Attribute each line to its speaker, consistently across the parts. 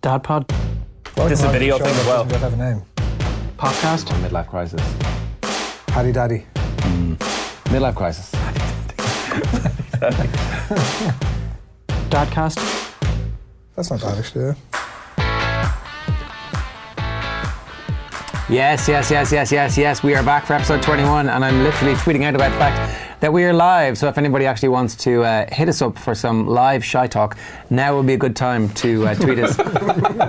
Speaker 1: Dad Pod
Speaker 2: This is a video thing as well.
Speaker 3: Doesn't have a name.
Speaker 1: podcast.
Speaker 4: Midlife crisis.
Speaker 3: Paddy Daddy.
Speaker 4: Midlife crisis.
Speaker 1: Dadcast.
Speaker 3: That's not bad actually. Yeah.
Speaker 4: Yes, yes, yes, yes, yes, yes. We are back for episode 21, and I'm literally tweeting out about the fact that we are live. So if anybody actually wants to uh, hit us up for some live shy talk, now would be a good time to uh, tweet us.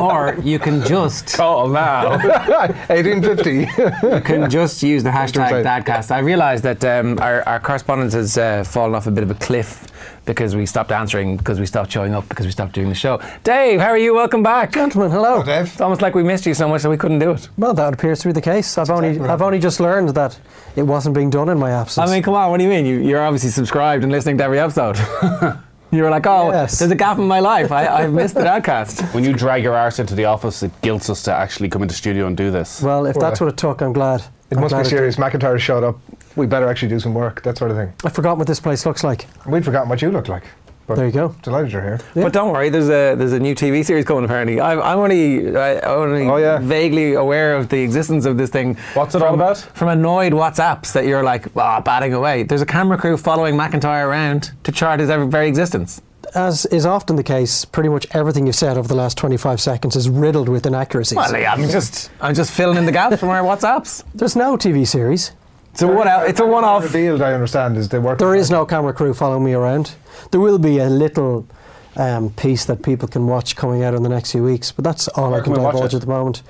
Speaker 4: or you can just
Speaker 2: Oh, now.
Speaker 3: 1850.
Speaker 4: can just use the hashtag
Speaker 3: Right.
Speaker 4: Dadcast. I realised that um, our, our correspondence has uh, fallen off a bit of a cliff because we stopped answering, because we stopped showing up, because we stopped doing the show. Dave, how are you? Welcome back.
Speaker 1: Gentlemen, hello.
Speaker 3: Dave.
Speaker 4: It's almost like we missed you so much that we couldn't do it.
Speaker 1: Well, that appears to be the case. I've only
Speaker 3: exactly
Speaker 1: I've
Speaker 3: right.
Speaker 1: only just learned that it wasn't being done in my absence.
Speaker 4: I mean, come on, what do you mean? You, you're obviously subscribed and listening to every episode. you were like, oh,
Speaker 1: Yes.
Speaker 4: there's a gap in my life. I, I've missed the Dadcast.
Speaker 5: When you drag your arse into the office, it guilts us to actually come into studio and do this.
Speaker 1: well, if that's what it took, I'm glad.
Speaker 3: uh, It
Speaker 1: I'm
Speaker 3: must be
Speaker 1: glad
Speaker 3: serious. McIntyre showed up. We better actually do some work, that sort of thing.
Speaker 1: I forgot what this place looks like.
Speaker 3: We'd forgotten what you look like. But
Speaker 1: There you go.
Speaker 3: Delighted you're here.
Speaker 4: But don't worry, there's a there's a new TV series coming. Apparently, I'm, I'm only I, only
Speaker 3: Oh, yeah.
Speaker 4: vaguely aware of the existence of this thing.
Speaker 5: What's it all
Speaker 4: from,
Speaker 5: about?
Speaker 4: From annoyed WhatsApps that you're like, ah, batting away. There's a camera crew following McIntyre around to chart his ever- very existence.
Speaker 1: As is often the case, pretty much everything you've said over the last 25 seconds is riddled with inaccuracies.
Speaker 4: Well, I'm just I'm just filling in the gaps from our WhatsApps.
Speaker 1: There's no TV series.
Speaker 4: It's a one out. It's a one-off.
Speaker 3: Revealed, I understand, is they work.
Speaker 1: There is no camera crew following me around. There will be a little um, piece that people can watch coming out in the next few weeks, but that's all I
Speaker 5: Where
Speaker 1: can,
Speaker 5: can we watch
Speaker 1: divulge
Speaker 5: it?
Speaker 1: at the moment.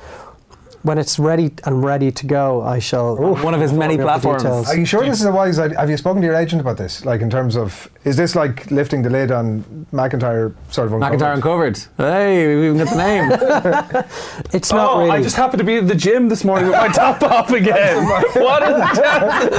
Speaker 1: When it's ready and ready to go, I shall.
Speaker 4: One of his many
Speaker 1: inform you of the
Speaker 4: platforms.
Speaker 1: details.
Speaker 3: Are you sure this is a wise idea? Have you spoken to your agent about this? Like, in terms of, is this like lifting the lid on McIntyre sort of uncovered?
Speaker 4: McIntyre uncovered. Hey, we even got the name.
Speaker 1: It's not
Speaker 5: oh,
Speaker 1: really.
Speaker 5: I just happened to be in the gym this morning with my top off again. what is that?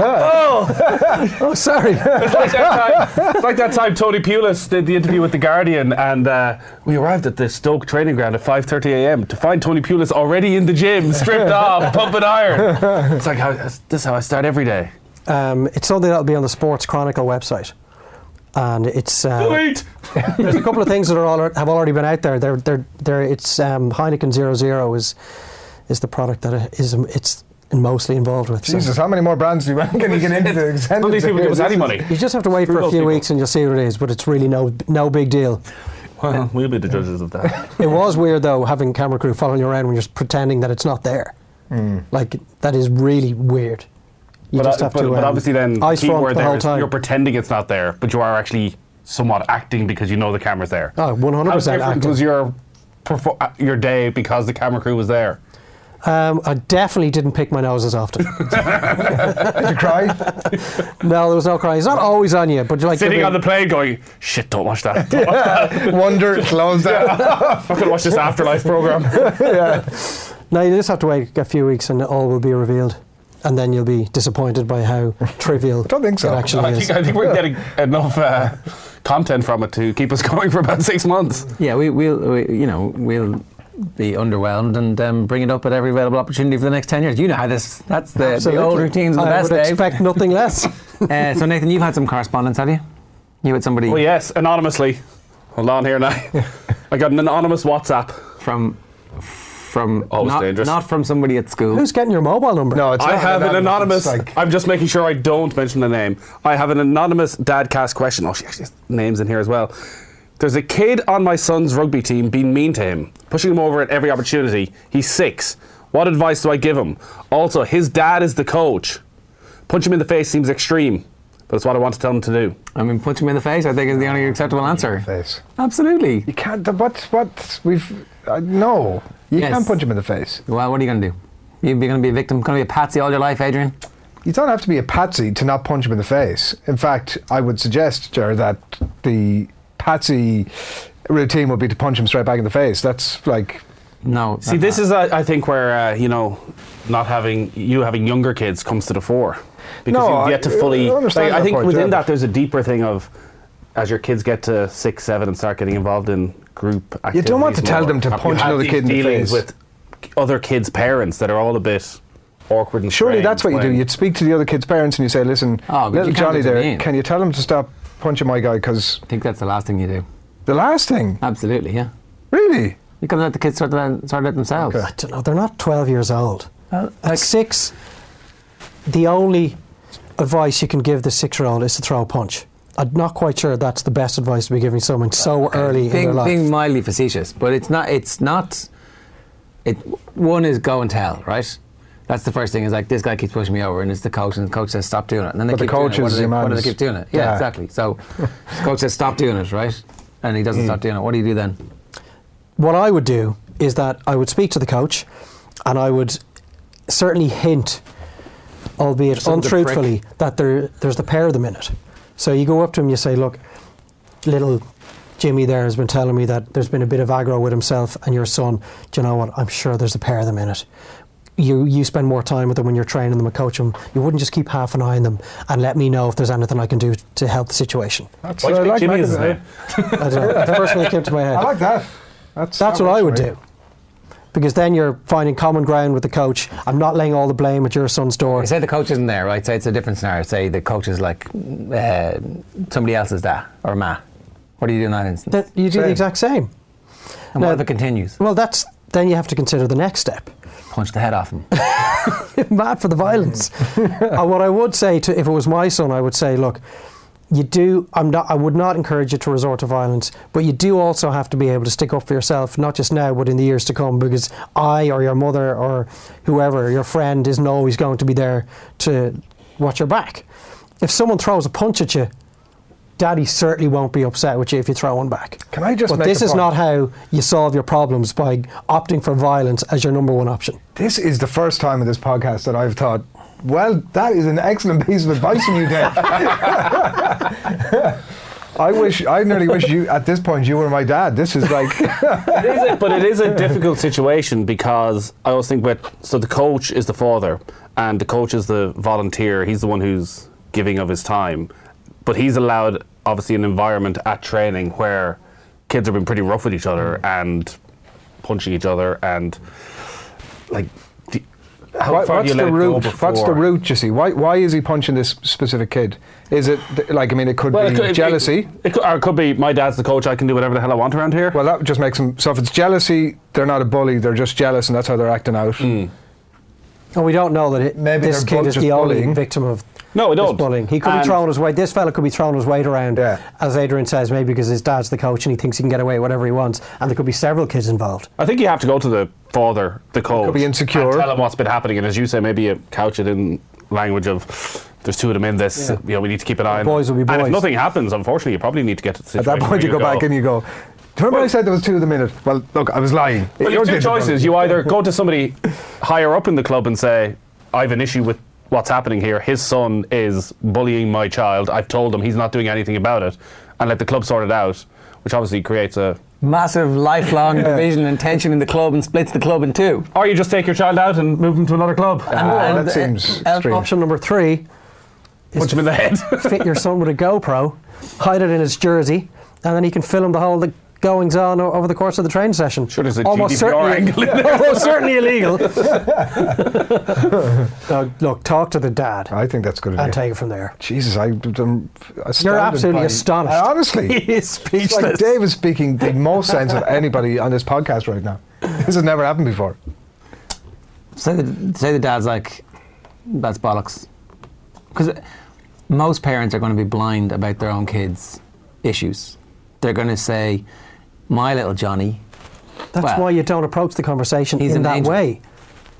Speaker 5: Oh,
Speaker 1: oh, sorry.
Speaker 5: it's like that time, it's like that time Tony Pulis did the interview with The Guardian, and uh, we arrived at the Stoke training ground at 5.30 a.m. to find Tony Pulis already in the gym, stripped off, pumping iron. It's like, how, this is how I start every day.
Speaker 1: um, it's something that'll be on the Sports Chronicle website, and it's. Uh,
Speaker 5: Sweet!
Speaker 1: there's a couple of things that are all, have already been out there. They're, they're, they're, it's um, Heineken 00 is is the product that is it's mostly involved with. so-
Speaker 3: Jesus, how many more brands do you reckon you get into the
Speaker 5: None of these people give us any money.
Speaker 1: You just have to wait for
Speaker 5: Screw
Speaker 1: a
Speaker 5: those
Speaker 1: few
Speaker 5: people.
Speaker 1: weeks and you'll see what it is, but it's really no no big deal.
Speaker 5: Well, we'll be the judges of that.
Speaker 1: It was weird though having camera crew following you around when you're just pretending that it's not there. Like that is really weird. You
Speaker 5: Hmm. But,
Speaker 1: just
Speaker 5: uh,
Speaker 1: have
Speaker 5: but-
Speaker 1: to.
Speaker 5: but
Speaker 1: um,
Speaker 5: obviously, then the
Speaker 1: ice
Speaker 5: key
Speaker 1: front
Speaker 5: word
Speaker 1: the
Speaker 5: there
Speaker 1: whole
Speaker 5: is
Speaker 1: time.
Speaker 5: you're pretending it's not there, but you are actually somewhat acting because you know the camera's there.
Speaker 1: Oh, 100%
Speaker 5: How different
Speaker 1: acting.
Speaker 5: was your perfo- uh, your day because the camera crew was there?
Speaker 1: um, I definitely didn't pick my nose as often.
Speaker 3: Did you cry?
Speaker 1: no, there was no crying. It's not always on you, but you're like
Speaker 5: Sitting
Speaker 1: you're
Speaker 5: on the plane, going shit. Don't watch that. Don't watch
Speaker 3: Wonder, close down.
Speaker 5: that. Fucking watch this afterlife program.
Speaker 1: being- No, you just have to wait a few weeks and all will be revealed, and then you'll be disappointed by how trivial.
Speaker 3: don't think so.
Speaker 1: It actually
Speaker 5: I
Speaker 1: is.
Speaker 5: think, I think we're getting enough uh, content from it to keep us going for about six months.
Speaker 4: Yeah, we, we'll we, you know we'll be underwhelmed and um, bring it up at every available opportunity for the next ten years. You know how this that's the, the
Speaker 1: Absolutely.
Speaker 4: old routines are the
Speaker 1: I
Speaker 4: best.
Speaker 1: would
Speaker 4: Dave.
Speaker 1: expect nothing less.
Speaker 4: uh, so Nathan, you've had some correspondence, have you? You had somebody
Speaker 5: Well, yes, anonymously. Hold on here now. I got an anonymous WhatsApp.
Speaker 4: from from
Speaker 5: Always
Speaker 4: not,
Speaker 5: dangerous.
Speaker 4: not from somebody at school.
Speaker 1: Who's getting your mobile number?
Speaker 3: No, it's
Speaker 5: I
Speaker 3: not
Speaker 5: have an anonymous.
Speaker 3: it's like-
Speaker 5: I'm just making sure I don't mention the name. I have an anonymous dadcast question. Oh, she actually has names in here as well. There's a kid on my son's rugby team being mean to him, pushing him over at every opportunity. He's six. What advice do I give him? Also, his dad is the coach. Punch him in the face seems extreme, but it's what I want to tell him to do.
Speaker 4: I mean, punch him in the face. I think is the only acceptable answer.
Speaker 3: face.
Speaker 4: Absolutely.
Speaker 3: You can't. What? What? We've. Uh, no. You
Speaker 4: Yes.
Speaker 3: can't punch him in the face.
Speaker 4: Well, what are you going to do? You're going to be a victim. Going to be a patsy all your life, Adrian.
Speaker 3: You don't have to be a patsy to not punch him in the face. In fact, I would suggest, Jared, that the patsy routine would be to punch him straight back in the face. That's like.
Speaker 4: No.
Speaker 5: See, this is, uh, I think, where uh, you know, not having you having younger kids comes to the fore because
Speaker 3: No,
Speaker 5: you've yet to
Speaker 3: I-
Speaker 5: fully.
Speaker 3: I understand
Speaker 5: I
Speaker 3: that
Speaker 5: think
Speaker 3: point,
Speaker 5: within
Speaker 3: yeah,
Speaker 5: that,
Speaker 3: but-
Speaker 5: there's a deeper thing of as your kids get to six, seven, and start getting involved in group. Activities
Speaker 3: You don't want to
Speaker 5: and
Speaker 3: tell
Speaker 5: all
Speaker 3: them to
Speaker 5: that, you
Speaker 3: punch
Speaker 5: have
Speaker 3: another
Speaker 5: these
Speaker 3: kid in the face.
Speaker 5: dealings with other kids' parents that are all a bit awkward and.
Speaker 3: Surely
Speaker 5: strange
Speaker 3: that's what you do.
Speaker 5: when-
Speaker 3: You'd speak to the other kid's parents and you say, "Listen,
Speaker 4: Oh, but you
Speaker 3: little
Speaker 4: can't
Speaker 3: Johnny there,
Speaker 4: intervene.
Speaker 3: can you tell him to stop punching my guy? Because
Speaker 4: I think that's the last thing you do.
Speaker 3: the last thing,
Speaker 4: Absolutely. Yeah.
Speaker 3: really."
Speaker 4: You can let the kids sort it out, sort it out themselves.
Speaker 1: I don't know. They're not 12 years old.
Speaker 4: Well,
Speaker 1: At
Speaker 4: like-
Speaker 1: six, the only advice you can give the six year old is to throw a punch. I'm not quite sure that's the best advice to be giving someone so early in
Speaker 4: being,
Speaker 1: their life.
Speaker 4: being mildly facetious, but it's not. It's not. It one is go and tell, right? That's the first thing. Is like this guy keeps pushing me over, and it's the coach, and the coach says stop doing it, and then they
Speaker 3: But the
Speaker 4: keep doing
Speaker 3: coach
Speaker 4: it. What
Speaker 3: is
Speaker 4: do they-
Speaker 3: your
Speaker 4: What do they
Speaker 3: man's-
Speaker 4: keep doing it? Yeah,
Speaker 3: Yeah.
Speaker 4: exactly. So, the coach says stop doing it, right? And he doesn't stop doing it. What do you do then?
Speaker 1: what I would do is that I would speak to the coach and I would certainly hint, albeit
Speaker 4: Something to prick.
Speaker 1: untruthfully, that there, there's the pair of them in it. So you go up to him, you say, Look, little Jimmy there has been telling me that there's been a bit of aggro with himself and your son. Do you know what? I'm sure there's a pair of them in it. You, you spend more time with them when you're training them and coaching them. You wouldn't just keep half an eye on them and let me know if there's anything I can do to help the situation.
Speaker 3: That's
Speaker 5: Why do you
Speaker 3: I
Speaker 5: think
Speaker 3: like
Speaker 5: Jimmy
Speaker 3: that
Speaker 5: is his
Speaker 3: idea.
Speaker 5: name?
Speaker 1: I don't know. The first one that came to my head.
Speaker 3: I like that. That's,
Speaker 1: That's
Speaker 3: that
Speaker 1: what I would
Speaker 3: works for me.
Speaker 1: do. Because then you're finding common ground with the coach. I'm not laying all the blame at your son's door.
Speaker 4: I say the coach isn't there, right? Say it's a different scenario. Say the coach is like uh, somebody else's dad or ma. What do you do in that instance?
Speaker 1: That you do the
Speaker 3: Same.
Speaker 1: exact same.
Speaker 4: and what
Speaker 1: no.
Speaker 4: if it continues?
Speaker 1: Well, that's then you have to consider the next step.
Speaker 4: Punch the head off him.
Speaker 1: Mad for the violence. and what I would say to, if it was my son, I would say, look, you do. I'm not. I would not encourage you to resort to violence, but you do also have to be able to stick up for yourself, not just now, but in the years to come, because I or your mother or whoever, your friend, isn't always going to be there to watch your back. If someone throws a punch at you, daddy certainly won't be upset with you if you throw one back.
Speaker 3: Can I just
Speaker 1: But
Speaker 3: make
Speaker 1: this
Speaker 3: a
Speaker 1: is
Speaker 3: point?
Speaker 1: not how you solve your problems by opting for violence as your number one option.
Speaker 3: This is the first time in this podcast that I've thought, well, that is an excellent piece of advice from you, Dave. I wish, I nearly wish you, at this point, you were my dad. This is like,
Speaker 5: It is a- but it is a difficult situation because I always think with so the coach is the father and the coach is the volunteer. He's the one who's giving of his time, but he's allowed obviously an environment at training where kids have been pretty rough with each other
Speaker 3: Mm.
Speaker 5: and punching each other and like. do- How
Speaker 3: Why-
Speaker 5: far do
Speaker 3: what's
Speaker 5: you let
Speaker 3: the
Speaker 5: it go
Speaker 3: root? What's the
Speaker 5: before?
Speaker 3: root? You see, why why is he punching this specific kid? Is it th- like I mean, it could
Speaker 5: Well, it
Speaker 3: be
Speaker 5: could- it-
Speaker 3: jealousy.
Speaker 5: It, could, or it could be my dad's the coach. I can do whatever the hell I want around here.
Speaker 3: well, that just makes him. So if it's jealousy, they're not a bully. They're just jealous, and that's how they're acting out.
Speaker 5: Hmm.
Speaker 1: And we don't know that it,
Speaker 3: Maybe
Speaker 1: this
Speaker 3: they're
Speaker 1: kid
Speaker 3: both
Speaker 1: is
Speaker 3: just
Speaker 1: the only
Speaker 3: bullying.
Speaker 1: victim of
Speaker 5: no, I
Speaker 1: this
Speaker 5: don't.
Speaker 1: bullying. He could
Speaker 5: And-
Speaker 1: be throwing his weight. This fella could be throwing his weight around,
Speaker 3: Yeah.
Speaker 1: as Adrian says, maybe because his dad's the coach and he thinks he can get away with whatever he wants. And there could be several kids involved.
Speaker 5: I think you have to go to the father, the coach.
Speaker 3: be insecure.
Speaker 5: and tell him what's been happening, and as you say, maybe you couch it in language of "There's two of them in this. You know, we need to keep an eye on."
Speaker 1: Boys will be
Speaker 5: And if
Speaker 1: boys.
Speaker 5: nothing happens, unfortunately, you probably need to get to the
Speaker 3: At
Speaker 5: situation
Speaker 3: that
Speaker 5: where
Speaker 3: point, you go, back and you go. Do you remember I said there was two of the minute? Well, look, I was lying.
Speaker 5: Well, you
Speaker 3: Your
Speaker 5: have two
Speaker 3: kid's a bully.
Speaker 5: choices. You either go to somebody higher up in the club and say, "I have an issue with." What's happening here? His son is bullying my child. I've told him he's not doing anything about it, and let the club sort it out, which obviously creates a.
Speaker 4: Massive lifelong division and tension in the club and splits the club in two.
Speaker 5: Or you just take your child out and move him to another club,
Speaker 4: And,
Speaker 3: that
Speaker 4: and, uh,
Speaker 3: seems
Speaker 4: uh,
Speaker 3: extreme.
Speaker 1: Option number three
Speaker 5: punch him in the head.
Speaker 1: fit your son with a GoPro, hide it in his jersey, and then he can film the whole. The, Goings on o- over the course of the train session.
Speaker 5: Sure, there's a
Speaker 1: almost
Speaker 5: GDPR
Speaker 1: certainly,
Speaker 5: angle in
Speaker 1: almost certainly illegal. Now, look, talk to the dad
Speaker 3: I think that's good.
Speaker 1: and
Speaker 3: Idea.
Speaker 1: take it from there.
Speaker 3: Jesus, I, I'm astounded
Speaker 1: You're absolutely
Speaker 3: by-
Speaker 1: astonished.
Speaker 3: I honestly,
Speaker 1: is
Speaker 3: it's like Dave is speaking the most sense of anybody on this podcast right now. This has never happened before.
Speaker 4: Say the, say the dad's like, that's bollocks. Because most parents are going to be blind about their own kids' issues. They're going to say, my little Johnny,
Speaker 1: That's
Speaker 4: Well-
Speaker 1: why you don't approach the conversation
Speaker 4: He's
Speaker 1: in
Speaker 4: an
Speaker 1: that
Speaker 4: angel.
Speaker 1: way.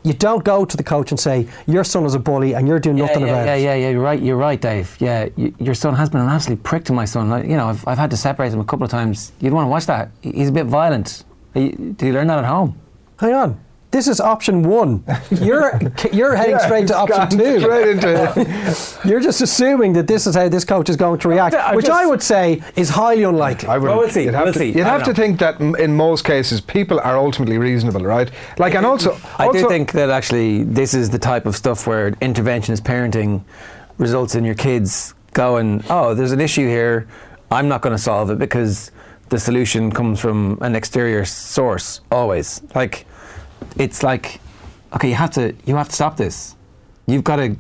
Speaker 1: You don't go to the coach and say, Your son is a bully and you're doing nothing
Speaker 4: yeah, yeah,
Speaker 1: about
Speaker 4: yeah,
Speaker 1: it.
Speaker 4: Yeah, yeah, you're right. You're right, Dave. Yeah, y- your son has been an absolute prick to my son. Like, you know, I've, I've had to separate him a couple of times. You'd want to watch that. He- He's a bit violent. Are you- Did he learn that at home?
Speaker 1: Hang on. This is option one. You're, you're heading straight to
Speaker 3: It's gone
Speaker 1: option two.
Speaker 3: Straight into it.
Speaker 1: You're just assuming that this is how this coach is going to react,
Speaker 5: I
Speaker 1: which
Speaker 5: just-
Speaker 1: I would say is highly unlikely.
Speaker 3: I would.
Speaker 4: Well, we'll see,
Speaker 3: You'd have
Speaker 4: we'll
Speaker 3: to,
Speaker 4: see.
Speaker 3: You'd
Speaker 4: I
Speaker 3: have
Speaker 4: don't
Speaker 3: to think that m- in most cases people are ultimately reasonable, right? Like, and also,
Speaker 4: I do
Speaker 3: also-
Speaker 4: think that actually this is the type of stuff where interventionist parenting results in your kids going, oh, there's an issue here. I'm not going to solve it because the solution comes from an exterior source always. Like, it's like, okay, you have to you have to stop this. You've got to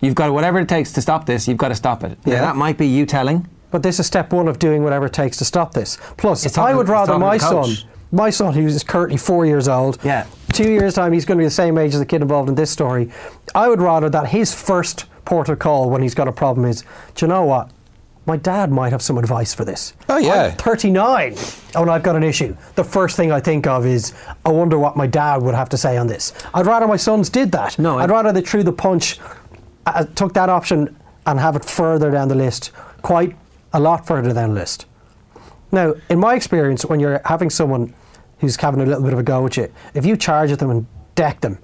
Speaker 4: you've got to, whatever it takes to stop this. You've got to stop it. Yeah,
Speaker 1: Yeah.
Speaker 4: that might be you telling.
Speaker 1: But this is step one of doing whatever it takes to stop this. Plus,
Speaker 4: It's
Speaker 1: I
Speaker 4: talking-
Speaker 1: would
Speaker 4: it's
Speaker 1: rather
Speaker 4: talking to
Speaker 1: my
Speaker 4: the
Speaker 1: son
Speaker 4: coach.
Speaker 1: my son, who is currently four years old,
Speaker 4: Yeah.
Speaker 1: two years time he's going to be the same age as the kid involved in this story. I would rather that his first port of call when he's got a problem is, do you know what? My dad might have some advice for this.
Speaker 6: Oh, yeah.
Speaker 1: I'm 39 Oh, and I've got an issue. The first thing I think of is, I wonder what my dad would have to say on this. I'd rather my sons did that.
Speaker 4: No, I-
Speaker 1: I'd rather they threw the punch, uh, took that option and have it further down the list, quite a lot further down the list. Now, in my experience, when you're having someone who's having a little bit of a go at you, if you charge at them and deck them,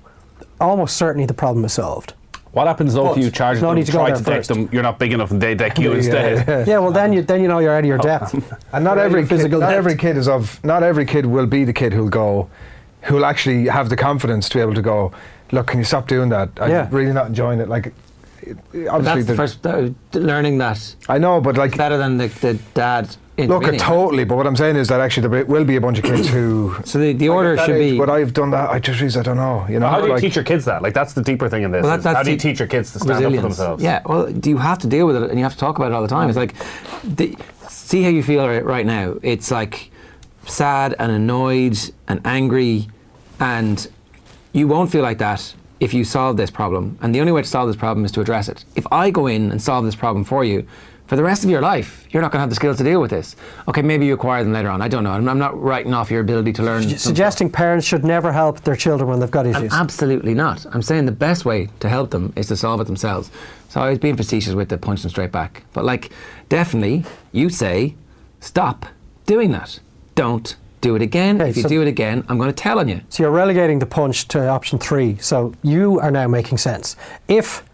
Speaker 1: almost certainly the problem is solved.
Speaker 5: What happens though if
Speaker 1: But
Speaker 5: you charge
Speaker 1: there's no
Speaker 5: them,
Speaker 1: need to go
Speaker 5: try
Speaker 1: there
Speaker 5: to deck
Speaker 1: first.
Speaker 5: them, you're not big enough and they deck you instead?
Speaker 1: Yeah, well, then you then you know you're out of your depth.
Speaker 3: And
Speaker 1: You're
Speaker 3: not
Speaker 1: out of
Speaker 3: every
Speaker 1: your
Speaker 3: kid, not
Speaker 1: depth.
Speaker 3: every kid is of not every kid will be the kid who'll go, who'll actually have the confidence to be able to go. Look, can you stop doing that? I'm
Speaker 1: Yeah.
Speaker 3: really not enjoying it. Like, it- obviously,
Speaker 4: That's the
Speaker 3: the
Speaker 4: first uh, learning that
Speaker 3: I know, but like,
Speaker 4: better than the, the dad.
Speaker 3: look,
Speaker 4: intervening.
Speaker 3: it totally. But what I'm saying is that actually there will be a bunch of kids who.
Speaker 4: So the, the
Speaker 3: like,
Speaker 4: order
Speaker 3: at that
Speaker 4: should
Speaker 3: age,
Speaker 4: be.
Speaker 3: But I've done that. I just, realized I don't know. You know,
Speaker 5: How do you
Speaker 3: like,
Speaker 5: teach your kids that? Like that's the deeper thing in this.
Speaker 4: Well,
Speaker 5: is
Speaker 4: that- that's
Speaker 5: how do you
Speaker 4: the-
Speaker 5: teach your kids to stand up for
Speaker 4: resilience.
Speaker 5: themselves?
Speaker 4: Yeah, well, do you have to deal with it and you have to talk about it all the time? It's like, the, see how you feel ri- right now. It's like sad and annoyed and angry, and you won't feel like that if you solve this problem. And the only way to solve this problem is to address it. If I go in and solve this problem for you, for the rest of your life, you're not going to have the skills to deal with this. Okay, maybe you acquire them later on. I don't know. I'm, I'm not writing off your ability to learn. some stuff.
Speaker 1: Suggesting parents should never help their children when they've got issues.
Speaker 4: Absolutely not. I'm saying the best way to help them is to solve it themselves. So I was being facetious with the punch them straight back. But like, definitely, you say, stop doing that. Don't do it again.
Speaker 1: Okay,
Speaker 4: if you
Speaker 1: so-
Speaker 4: do it again, I'm going to tell on you.
Speaker 1: So you're relegating the punch to option three. So you are now making sense. If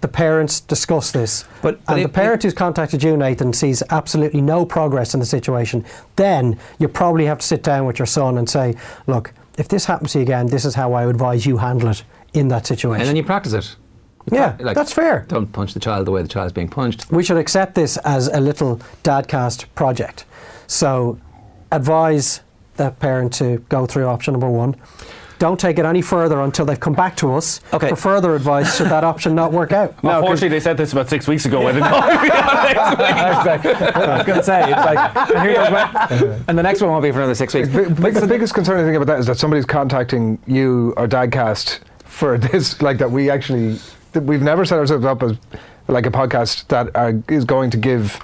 Speaker 1: the parents discuss this,
Speaker 4: But- but
Speaker 1: and
Speaker 4: it-
Speaker 1: the parent who's contacted you, Nathan, sees absolutely no progress in the situation, then you probably have to sit down with your son and say, "Look, if this happens to you again, this is how I advise you handle it in that situation."
Speaker 4: And then you practice it.
Speaker 1: yeah,
Speaker 4: Like,
Speaker 1: that's fair.
Speaker 4: Don't punch the child the way the child's being punched.
Speaker 1: we should accept this as a little dadcast project. So advise that parent to go through option number one. Don't take it any further until they've come back to us
Speaker 4: Okay.
Speaker 1: for further advice should that option not work out.
Speaker 5: Unfortunately, they said this about six weeks ago. and it-
Speaker 4: I was going to say, it's like, and, here goes my- and the next one won't be for another six weeks.
Speaker 3: Big, big, the biggest concerning thing about that is that somebody's contacting you or Dadcast for this, like that we actually, that we've never set ourselves up as like a podcast that are, is going to give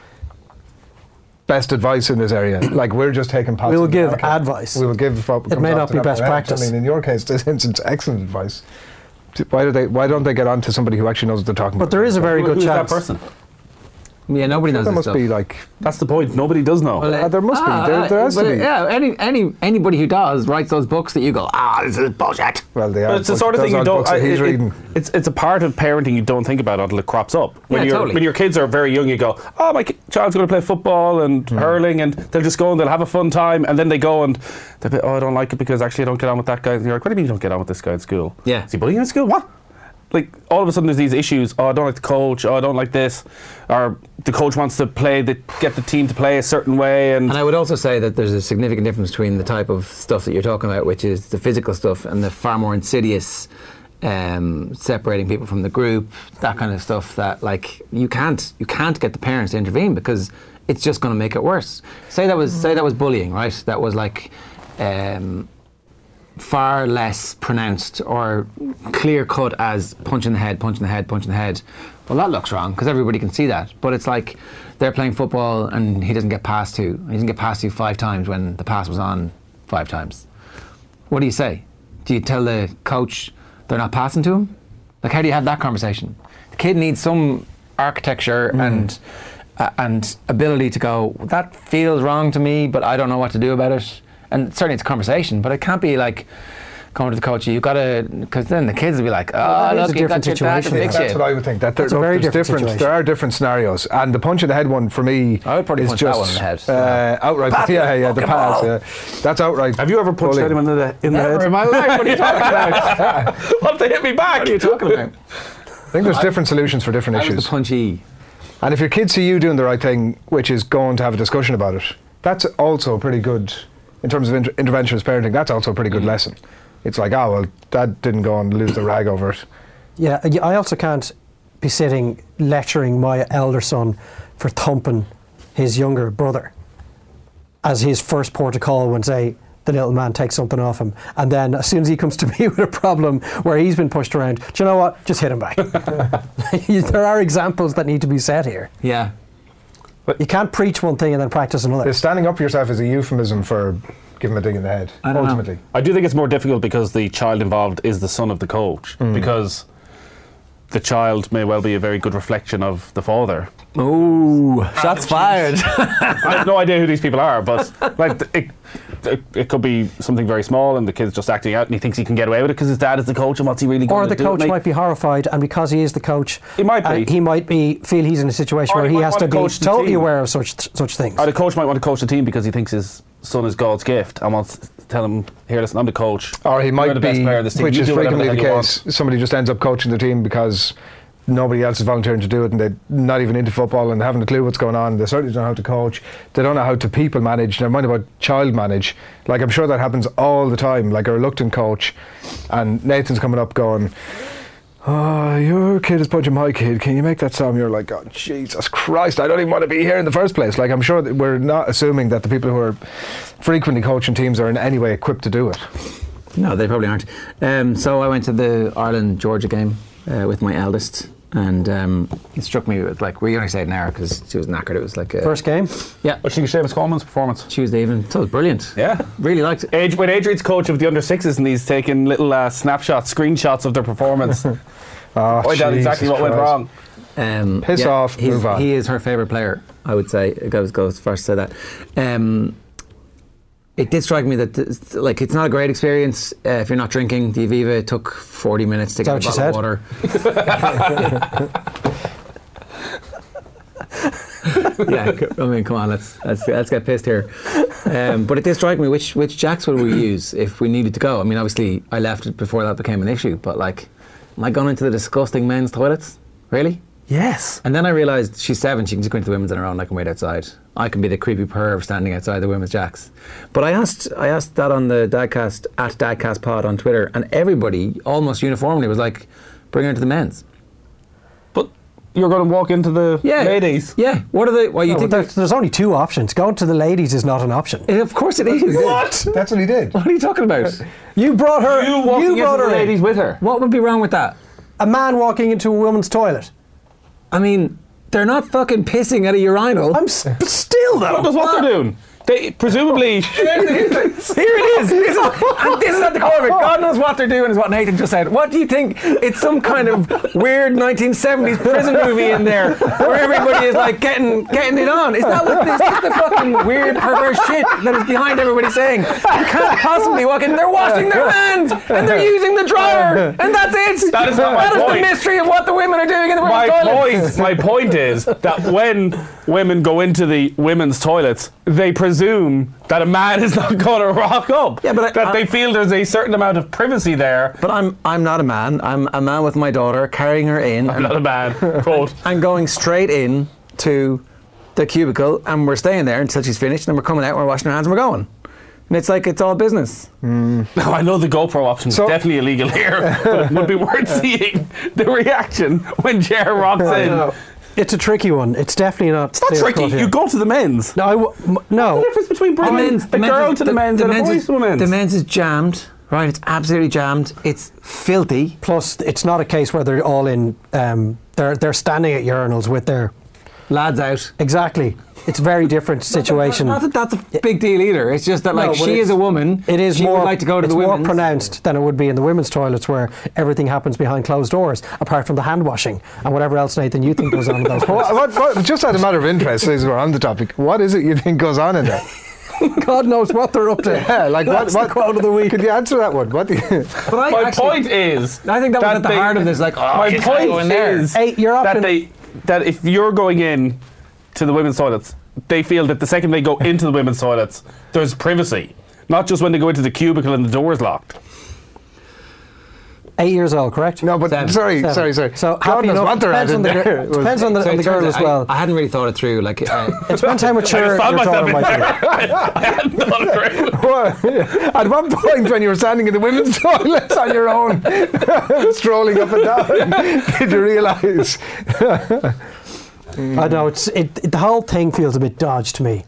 Speaker 3: best advice in this area. Like we're just taking parts.
Speaker 1: We will
Speaker 3: in the
Speaker 1: give
Speaker 3: market.
Speaker 1: advice.
Speaker 3: We will give. What comes
Speaker 1: may
Speaker 3: off
Speaker 1: not
Speaker 3: the
Speaker 1: be
Speaker 3: top of
Speaker 1: best
Speaker 3: our heads.
Speaker 1: practice.
Speaker 3: I mean, in your case, this instance, excellent advice. Why do they? Why don't they get on to somebody who actually knows what they're talking
Speaker 1: But
Speaker 3: about?
Speaker 1: there is a very
Speaker 5: Who
Speaker 1: good
Speaker 5: is that
Speaker 1: chance.
Speaker 5: person?
Speaker 4: Yeah, nobody knows
Speaker 3: There must
Speaker 4: this stuff.
Speaker 3: be like.
Speaker 5: That's the point. Nobody does know.
Speaker 4: Well,
Speaker 3: Uh, there must be. There- there has to
Speaker 4: but,
Speaker 3: be.
Speaker 4: Yeah, any, any, anybody who does writes those books that you go, ah, this is bullshit.
Speaker 3: Well, they are.
Speaker 5: But it's the
Speaker 3: books-
Speaker 5: sort of
Speaker 3: those
Speaker 5: thing you
Speaker 3: are
Speaker 5: don't.
Speaker 3: books that
Speaker 5: I-
Speaker 3: he's
Speaker 5: it- it-
Speaker 3: reading.
Speaker 5: it's it's a part of parenting you don't think about until it crops up. When
Speaker 4: Yeah,
Speaker 5: you're
Speaker 4: totally.
Speaker 5: when your kids are very young, you go, oh, my ki- child's going to play football and
Speaker 3: Hmm.
Speaker 5: hurling, and they'll just go and they'll have a fun time, and then they go and they'll be, oh, I don't like it because actually I don't get on with that guy. And you're like, what do you mean you don't get on with this guy at school?
Speaker 4: Yeah.
Speaker 5: is he bullying at school? What? Like all of a sudden, there's these issues. Oh, I don't like the coach. Oh, I don't like this. Or the coach wants to play, the, get the team to play a certain way, and
Speaker 4: And I would also say that there's a significant difference between the type of stuff that you're talking about, which is the physical stuff, and the far more insidious um, separating people from the group, that kind of stuff. That like you can't you can't get the parents to intervene because it's just going to make it worse. Say that was say that was bullying, right? That was like. Um, far less pronounced or clear cut as punch in the head, punch in the head, punch in the head. Well, that looks wrong because everybody can see that. But it's like they're playing football and he doesn't get past two. He doesn't get past two five times when the pass was on five times. What do you say? Do you tell the coach they're not passing to him? Like, how do you have that conversation? The kid needs some architecture and uh, and ability to go. That feels wrong to me, but I don't know what to do about it. And certainly, it's a conversation, but it can't be like going to the coach. You got to, because then the kids will be like, "Oh,
Speaker 1: that is
Speaker 4: look,
Speaker 1: a
Speaker 4: you got
Speaker 1: different
Speaker 4: your dad to
Speaker 1: situation.
Speaker 4: fix
Speaker 3: That's
Speaker 4: you."
Speaker 3: what I would think. That there,
Speaker 1: That's a
Speaker 3: look,
Speaker 1: very
Speaker 3: there's
Speaker 1: different
Speaker 3: different-
Speaker 1: situation.
Speaker 3: There are different scenarios, and the punch in the head one for me.
Speaker 4: I would probably
Speaker 3: is
Speaker 4: punch that
Speaker 3: just,
Speaker 4: one in the head.
Speaker 3: Uh, outright.
Speaker 4: Pat
Speaker 3: yeah,
Speaker 4: the
Speaker 3: yeah, the
Speaker 4: fucking
Speaker 3: pass.
Speaker 4: ball.
Speaker 3: Yeah. That's outright.
Speaker 5: Have you ever punched
Speaker 3: bullying.
Speaker 5: anyone in the, in the
Speaker 4: Never in
Speaker 5: head?
Speaker 4: my life. What are you talking about? what
Speaker 5: What if they hit me back?
Speaker 4: are you talking about?
Speaker 3: I think there's different solutions for different
Speaker 4: I was
Speaker 3: issues.
Speaker 4: the punchy.
Speaker 3: And if your kids see you doing the right thing, which is going to have a discussion about it, that's also pretty good in terms of inter- interventionist parenting. That's also a pretty
Speaker 4: Mm-hmm.
Speaker 3: good lesson. It's like, oh well, dad didn't go and lose the rag over it.
Speaker 1: Yeah, I- I also can't be sitting lecturing my elder son for thumping his younger brother as his first port of call when say the little man takes something off him. And then as soon as he comes to me with a problem where he's been pushed around, do you know what? Just hit him back. there are examples that need to be set here.
Speaker 4: Yeah.
Speaker 1: You can't preach one thing and then practice another.
Speaker 3: Is standing up for yourself is a euphemism for giving a dig in the head.
Speaker 4: I don't know.
Speaker 3: ultimately,
Speaker 5: I do think it's more difficult because the child involved is the son of the coach
Speaker 3: Hmm.
Speaker 5: because the child may well be a very good reflection of the father.
Speaker 4: Ooh, shots fired.
Speaker 5: I have no idea who these people are, but like th- it, it, it could be something very small, and the kid's just acting out, and he thinks he can get away with it because his dad is the coach, and what's he really going
Speaker 1: Or
Speaker 5: to
Speaker 1: the
Speaker 5: do?
Speaker 1: coach
Speaker 5: Like,
Speaker 1: might be horrified, and because he is the coach,
Speaker 5: He might be.
Speaker 1: uh, he might be feel he's in a situation
Speaker 5: Or
Speaker 1: where
Speaker 5: he
Speaker 1: he
Speaker 5: might
Speaker 1: has
Speaker 5: want
Speaker 1: to
Speaker 5: to
Speaker 1: be
Speaker 5: coach the
Speaker 1: totally
Speaker 5: team.
Speaker 1: aware of such such things.
Speaker 5: Or the coach might want to coach the team because he thinks his son is God's gift, and wants to tell him, "Here, listen, I'm the coach."
Speaker 3: or he
Speaker 5: You're
Speaker 3: might
Speaker 5: the best
Speaker 3: be,
Speaker 5: player of this team.
Speaker 3: which
Speaker 5: You
Speaker 3: is
Speaker 5: do whatever
Speaker 3: frequently the
Speaker 5: hell you want."
Speaker 3: case. Somebody just ends up coaching the team because nobody else is volunteering to do it, and they're not even into football and they haven't a clue what's going on. They certainly don't know how to coach. They don't know how to people manage. Never mind about child manage. Like I'm sure that happens all the time. Like a reluctant coach, and Nathan's coming up going. Oh, your kid is punching my kid. Can you make that sound? You're like, oh, Jesus Christ, I don't even want to be here in the first place. Like, I'm sure that we're not assuming that the people who are frequently coaching teams are in any way equipped to do it.
Speaker 4: No, they probably aren't. Um, so I went to the Ireland Georgia game uh, with my eldest, and um, it struck me with like we only stayed an hour because she was knackered. It was like a
Speaker 1: First game,
Speaker 4: yeah
Speaker 5: What do you think of Seamus Coleman's performance?
Speaker 4: Tuesday evening. So it was brilliant.
Speaker 5: Yeah.
Speaker 4: really liked it.
Speaker 5: Ad- when Adrian's coach of the under sixes and he's taking little uh, snapshots, screenshots of their performance, find
Speaker 3: Oh,
Speaker 5: out exactly
Speaker 3: Jesus
Speaker 5: what went
Speaker 3: Christ.
Speaker 5: wrong.
Speaker 4: Um,
Speaker 3: Piss off,
Speaker 4: he's-
Speaker 3: move on.
Speaker 4: He is her favorite player. I would say it goes goes first to say that. Um, it did strike me that this, like it's not a great experience uh, if you're not drinking. The Aviva it took 40 minutes to
Speaker 1: that
Speaker 4: get a
Speaker 1: what she
Speaker 4: bottle
Speaker 1: said?
Speaker 4: of water. yeah, c- I mean, come on, let's let's, let's get pissed here. Um, but it did strike me which which jacks would we use if we needed to go? I mean, obviously, I left it before that became an issue. But like, am I going into the disgusting men's toilets? Really?
Speaker 5: Yes.
Speaker 4: And then I realised she's seven, she can just go into the women's on her own, I can wait outside. I can be the creepy perv standing outside the women's jacks. But I asked I asked that on the Dadcast, at Dadcast Pod on Twitter, and everybody almost uniformly was like, bring her to the men's.
Speaker 5: But you're going to walk into the
Speaker 4: Yeah.
Speaker 5: ladies.
Speaker 4: Yeah. Oh, What are they? Well, you
Speaker 1: Well,
Speaker 4: think
Speaker 1: there- there's only two options. Going to the ladies is not an option.
Speaker 4: they're- Of course it is. What?
Speaker 3: That's what he did.
Speaker 4: What are you talking about?
Speaker 1: You brought her.
Speaker 5: You walking
Speaker 1: You brought
Speaker 5: into
Speaker 1: her.
Speaker 5: the
Speaker 1: in.
Speaker 5: ladies with her.
Speaker 4: What would be wrong with that?
Speaker 1: A man walking into a woman's toilet.
Speaker 4: I mean, they're not fucking pissing at a urinal.
Speaker 1: I'm s- but still
Speaker 5: What
Speaker 1: though.
Speaker 5: does what they're doing? They presumably.
Speaker 4: Here it is. This is, and this is at the core of it. God knows what they're doing is what Nathan just said. What do you think? It's some kind of weird 1970s prison movie in there where everybody is like getting getting it on. Is that what this is? The fucking weird perverse shit that is behind everybody saying you can't possibly walk in. They're washing their hands and they're using the dryer and that's it.
Speaker 5: That is not my
Speaker 4: That is
Speaker 5: point.
Speaker 4: the mystery of what the women are doing in the women's
Speaker 5: my
Speaker 4: toilet.
Speaker 5: point, my point is that when women go into the women's toilets, they presume that a man is not going to rock up.
Speaker 4: Yeah, but I-
Speaker 5: that
Speaker 4: I-
Speaker 5: they feel there's a certain amount of privacy there.
Speaker 4: But I'm I'm not a man. I'm a man with my daughter carrying her in.
Speaker 5: Not a man. Quote.
Speaker 4: and going straight in to the cubicle and we're staying there until she's finished and then we're coming out and we're washing our hands and we're going and it's like it's all business
Speaker 5: Now, I know the GoPro option is
Speaker 3: So-
Speaker 5: definitely illegal here, but it would be worth seeing the reaction when Jer rocks in.
Speaker 3: know.
Speaker 1: It's a tricky one. It's definitely not.
Speaker 5: It's not tricky. You go to the men's.
Speaker 1: No, I w- m- no.
Speaker 5: The difference between bringing the, girl to the, men's and the boys to the men's.
Speaker 4: the men's is jammed right it's absolutely jammed it's filthy
Speaker 1: Plus, it's not a case where they're all in. Um, they're they're standing at urinals with their
Speaker 4: lads out
Speaker 1: exactly. It's a very different situation.
Speaker 4: not that that's a big deal either it's just that like
Speaker 1: No, but
Speaker 4: she
Speaker 1: it's-
Speaker 4: is a woman
Speaker 1: It is
Speaker 4: she
Speaker 1: more
Speaker 4: would like to go to
Speaker 1: it's
Speaker 4: the
Speaker 1: more
Speaker 4: women's
Speaker 1: pronounced than it would be in the women's toilets where everything happens behind closed doors, apart from the hand washing and whatever else Nathan you think goes on in those
Speaker 3: What,
Speaker 1: places.
Speaker 3: what, what, just as a matter of interest, since we're on the topic, what is it you think goes on in there?
Speaker 1: God knows what they're up to.
Speaker 3: Yeah, like
Speaker 1: That's
Speaker 3: what?
Speaker 1: the
Speaker 3: what
Speaker 1: quote of the week.
Speaker 3: Could you answer that one? What? Do you,
Speaker 4: but I
Speaker 5: my
Speaker 4: actually-
Speaker 5: point is,
Speaker 4: I think that was at the
Speaker 5: they-
Speaker 4: heart of this, like, oh,
Speaker 5: my
Speaker 4: you can't
Speaker 5: point
Speaker 4: go in there.
Speaker 5: is
Speaker 1: Hey, you're up
Speaker 5: that
Speaker 1: in-
Speaker 5: they that if you're going in to the women's toilets, they feel that the second they go into the women's toilets, there's privacy, not just when they go into the cubicle and the door's locked.
Speaker 1: Eight years old, correct?
Speaker 3: no, but
Speaker 4: Seven.
Speaker 3: sorry,
Speaker 1: Seven.
Speaker 3: sorry, sorry.
Speaker 1: So
Speaker 3: God
Speaker 1: happy
Speaker 3: knows
Speaker 1: enough.
Speaker 3: what they're
Speaker 1: depends
Speaker 3: at in
Speaker 1: on the,
Speaker 3: there.
Speaker 1: gir-
Speaker 3: It was-
Speaker 1: depends on the,
Speaker 4: So it
Speaker 1: on the
Speaker 4: turns
Speaker 1: girl
Speaker 4: out
Speaker 1: as
Speaker 4: I-
Speaker 1: well.
Speaker 4: I, hadn't really thought it through like uh,
Speaker 1: it depends how
Speaker 5: I
Speaker 1: mature
Speaker 5: just
Speaker 1: your
Speaker 5: found myself
Speaker 1: daughter
Speaker 5: in
Speaker 1: might be.
Speaker 5: there. I hadn't thought it through.
Speaker 3: At one point, when you were standing in the women's toilets on your own, strolling up and down, did you realise?
Speaker 1: I know it's it, it- The whole thing feels a bit dodged to me.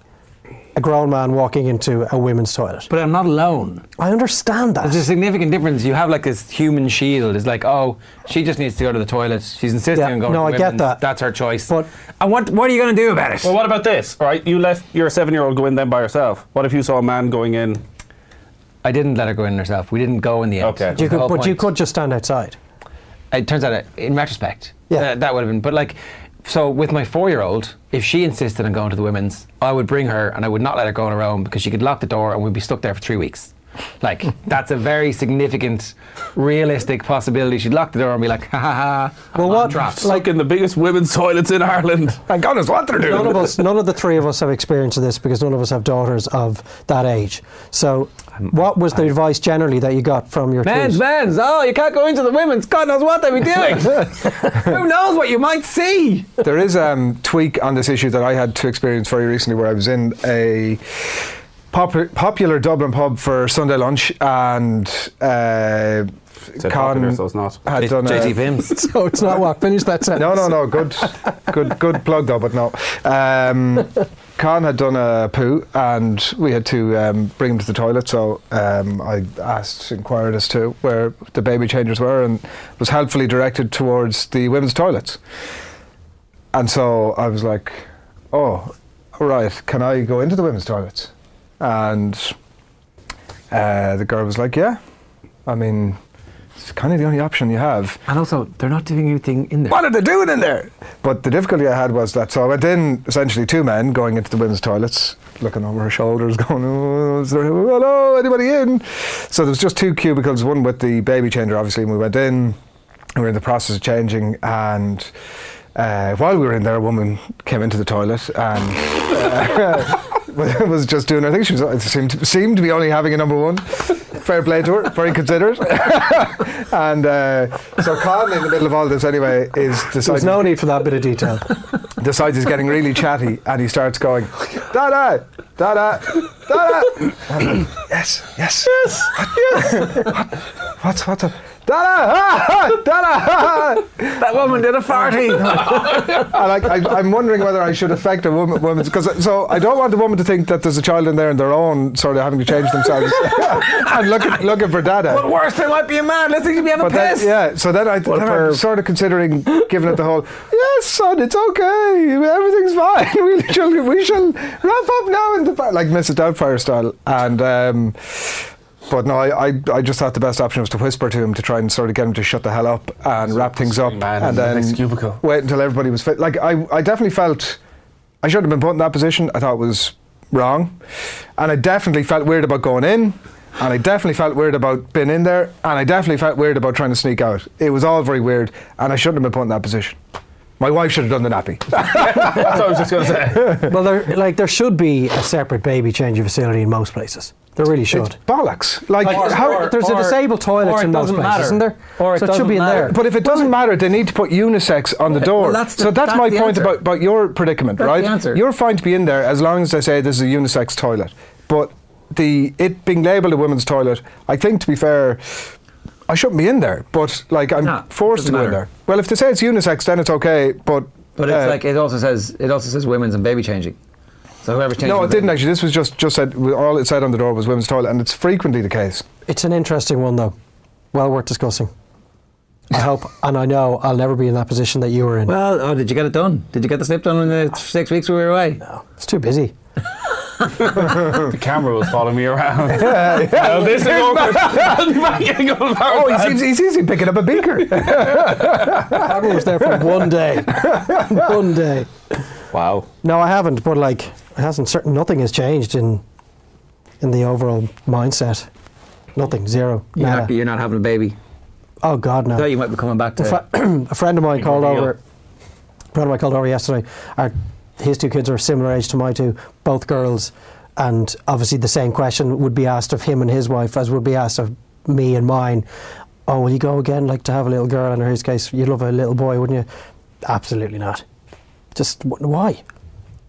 Speaker 1: a grown man walking into a women's toilet.
Speaker 4: But I'm not alone.
Speaker 1: I understand that.
Speaker 4: There's a significant difference. You have like this human shield. It's like, oh, she just needs to go to the toilet. She's insisting
Speaker 1: Yeah,
Speaker 4: on going
Speaker 1: no,
Speaker 4: to
Speaker 1: I
Speaker 4: the
Speaker 1: get
Speaker 4: women's.
Speaker 1: that.
Speaker 4: That's her choice.
Speaker 1: But-
Speaker 4: and what what are you going to do about it?
Speaker 5: Well, what about this? All right, you left your seven-year-old go in then by herself. What if you saw a man going in?
Speaker 4: I didn't let her go in herself. We didn't go in the end.
Speaker 5: Okay.
Speaker 4: That was
Speaker 1: you
Speaker 4: the
Speaker 1: could,
Speaker 4: whole
Speaker 1: but you
Speaker 4: point.
Speaker 1: could just stand outside.
Speaker 4: It turns out, uh, in retrospect,
Speaker 1: Yeah.
Speaker 4: that- that would have been. But like, so with my four-year-old, if she insisted on going to the women's, I would bring her and I would not let her go on her own because she could lock the door and we'd be stuck there for three weeks. Like, that's a very significant, realistic possibility. She'd lock the door and be like, ha ha ha.
Speaker 1: Well,
Speaker 4: I'm
Speaker 1: what-
Speaker 4: trapped."
Speaker 1: like-
Speaker 5: Like in the biggest women's toilets in Ireland.
Speaker 3: My God knows what they're doing.
Speaker 1: None of us, none of the three of us have experience of this because none of us have daughters of that age. So, what was the advice generally that you got from your
Speaker 4: Men's,
Speaker 1: tweet?
Speaker 4: men's. Oh, you can't go into the women's. God knows what they'll be doing. Who knows what you might see?
Speaker 3: There is a um, tweak on this issue that I had to experience very recently where I was in a pop- popular Dublin pub for Sunday lunch and uh,
Speaker 5: Said popular,
Speaker 3: Con
Speaker 5: so it's not.
Speaker 3: had done a,
Speaker 4: Pim's.
Speaker 1: So it's not what. Finish that sentence.
Speaker 3: No, no, no. Good, good, good plug though, but no. Um, Con had done a poo, and we had to um, bring him to the toilet. So um, I asked, inquired as to where the baby changers were, and was helpfully directed towards the women's toilets. And so I was like, "Oh, right. Can I go into the women's toilets?" And uh, the girl was like, "Yeah. I mean, it's kind of the only option you have."
Speaker 4: And also, they're not doing anything in there.
Speaker 3: what are they doing in there? But the difficulty I had was that so I went in essentially two men going into the women's toilets, looking over her shoulders, going, oh, is there, hello, anybody in? So there was just two cubicles, one with the baby changer, obviously, and we went in. We were in the process of changing, and uh, while we were in there, a woman came into the toilet and. uh, was just doing. I think she was. It seemed seemed to be only having a number one. Fair play to her. Very considerate. and uh, so Con, in the middle of all this, anyway, is
Speaker 1: There's
Speaker 3: deciding
Speaker 1: no need for that bit of detail.
Speaker 3: decides he's getting really chatty and he starts going da da da da da da yes yes yes what, what's what's up da da da da
Speaker 4: That woman did a farty.
Speaker 3: and I, I, I'm wondering whether I should affect a woman woman's because so I don't want the woman to think that there's a child in there and their own sort of having to change themselves and looking looking for dada
Speaker 4: but worse, there might be a man. Let's think we have a
Speaker 3: But then,
Speaker 4: piss.
Speaker 3: yeah, so then I then I'm
Speaker 1: perv.
Speaker 3: sort of considering giving it the whole. Yes, son, it's okay. Everything's fine. We shall we shall wrap up now in the pa-" like Mrs. Doubtfire style. And um, but no, I, I I just thought the best option was to whisper to him to try and sort of get him to shut the hell up and wrap things up,
Speaker 5: man in
Speaker 3: and
Speaker 5: the
Speaker 3: then
Speaker 5: next cubicle.
Speaker 3: wait until everybody was fit. Like I I definitely felt I shouldn't have been put in that position. I thought it was wrong, and I definitely felt weird about going in. And I definitely felt weird about being in there, and I definitely felt weird about trying to sneak out. It was all very weird, and I shouldn't have been put in that position. My wife should have done the nappy.
Speaker 5: That's what I was just going to say.
Speaker 1: well, there, like there should be a separate baby changing facility in most places. There really should.
Speaker 3: Bollocks! Like,
Speaker 1: Like,
Speaker 3: how,
Speaker 1: or- there's a disabled toilet
Speaker 4: or it
Speaker 1: in most
Speaker 4: doesn't
Speaker 1: places,
Speaker 4: matter.
Speaker 1: isn't there?
Speaker 4: Or it
Speaker 1: So it should
Speaker 4: doesn't
Speaker 1: be in
Speaker 4: matter.
Speaker 1: there.
Speaker 3: but if it doesn't matter, they need to put unisex on the door.
Speaker 4: that's the-
Speaker 3: so that's,
Speaker 4: that's
Speaker 3: my
Speaker 4: the
Speaker 3: point
Speaker 4: answer.
Speaker 3: about about your predicament,
Speaker 4: That's
Speaker 3: right?
Speaker 4: the answer.
Speaker 3: You're fine to be in there as long as they say this is a unisex toilet. But the it being labelled a women's toilet, I think to be fair, I shouldn't be in there. But like I'm
Speaker 4: Nah,
Speaker 3: forced to
Speaker 4: doesn't
Speaker 3: go in
Speaker 4: matter.
Speaker 3: there. Well, if they say it's unisex, then it's okay. But
Speaker 4: But
Speaker 3: uh,
Speaker 4: it's like it also says it also says women's and baby changing. So whoever's changing.
Speaker 3: no,
Speaker 4: the
Speaker 3: it didn't
Speaker 4: baby-
Speaker 3: actually. This was just just said all it said on the door was women's toilet, and it's frequently the case.
Speaker 1: It's an interesting one, though. Well worth discussing. I hope, and I know, I'll never be in that position that you were in.
Speaker 4: Well, oh, did you get it done? Did you get the slip done in the six weeks we were away?
Speaker 1: It's too busy.
Speaker 5: the camera was following me around. Well, this is awkward.
Speaker 3: Oh,
Speaker 5: oh,
Speaker 3: he's, he's, he's easy picking up a beaker.
Speaker 1: Everyone was there for one day. one day.
Speaker 5: Wow.
Speaker 1: No, I haven't. But like, it hasn't. Certain nothing has changed in in the overall mindset. Nothing. Zero.
Speaker 4: You're
Speaker 1: nada.
Speaker 4: not, you're not having a baby.
Speaker 1: Oh God, no.
Speaker 4: I thought you might be coming back to.
Speaker 1: Fri- a friend of mine
Speaker 5: Big
Speaker 1: called
Speaker 5: reveal.
Speaker 1: over. A friend of mine called over yesterday. Our, his two kids are similar age to my two, both girls, and obviously the same question would be asked of him and his wife as would be asked of me and mine. Oh, will you go again? Like to have a little girl? And in his case, you'd love a little boy, wouldn't you? Absolutely not. Just wh- why?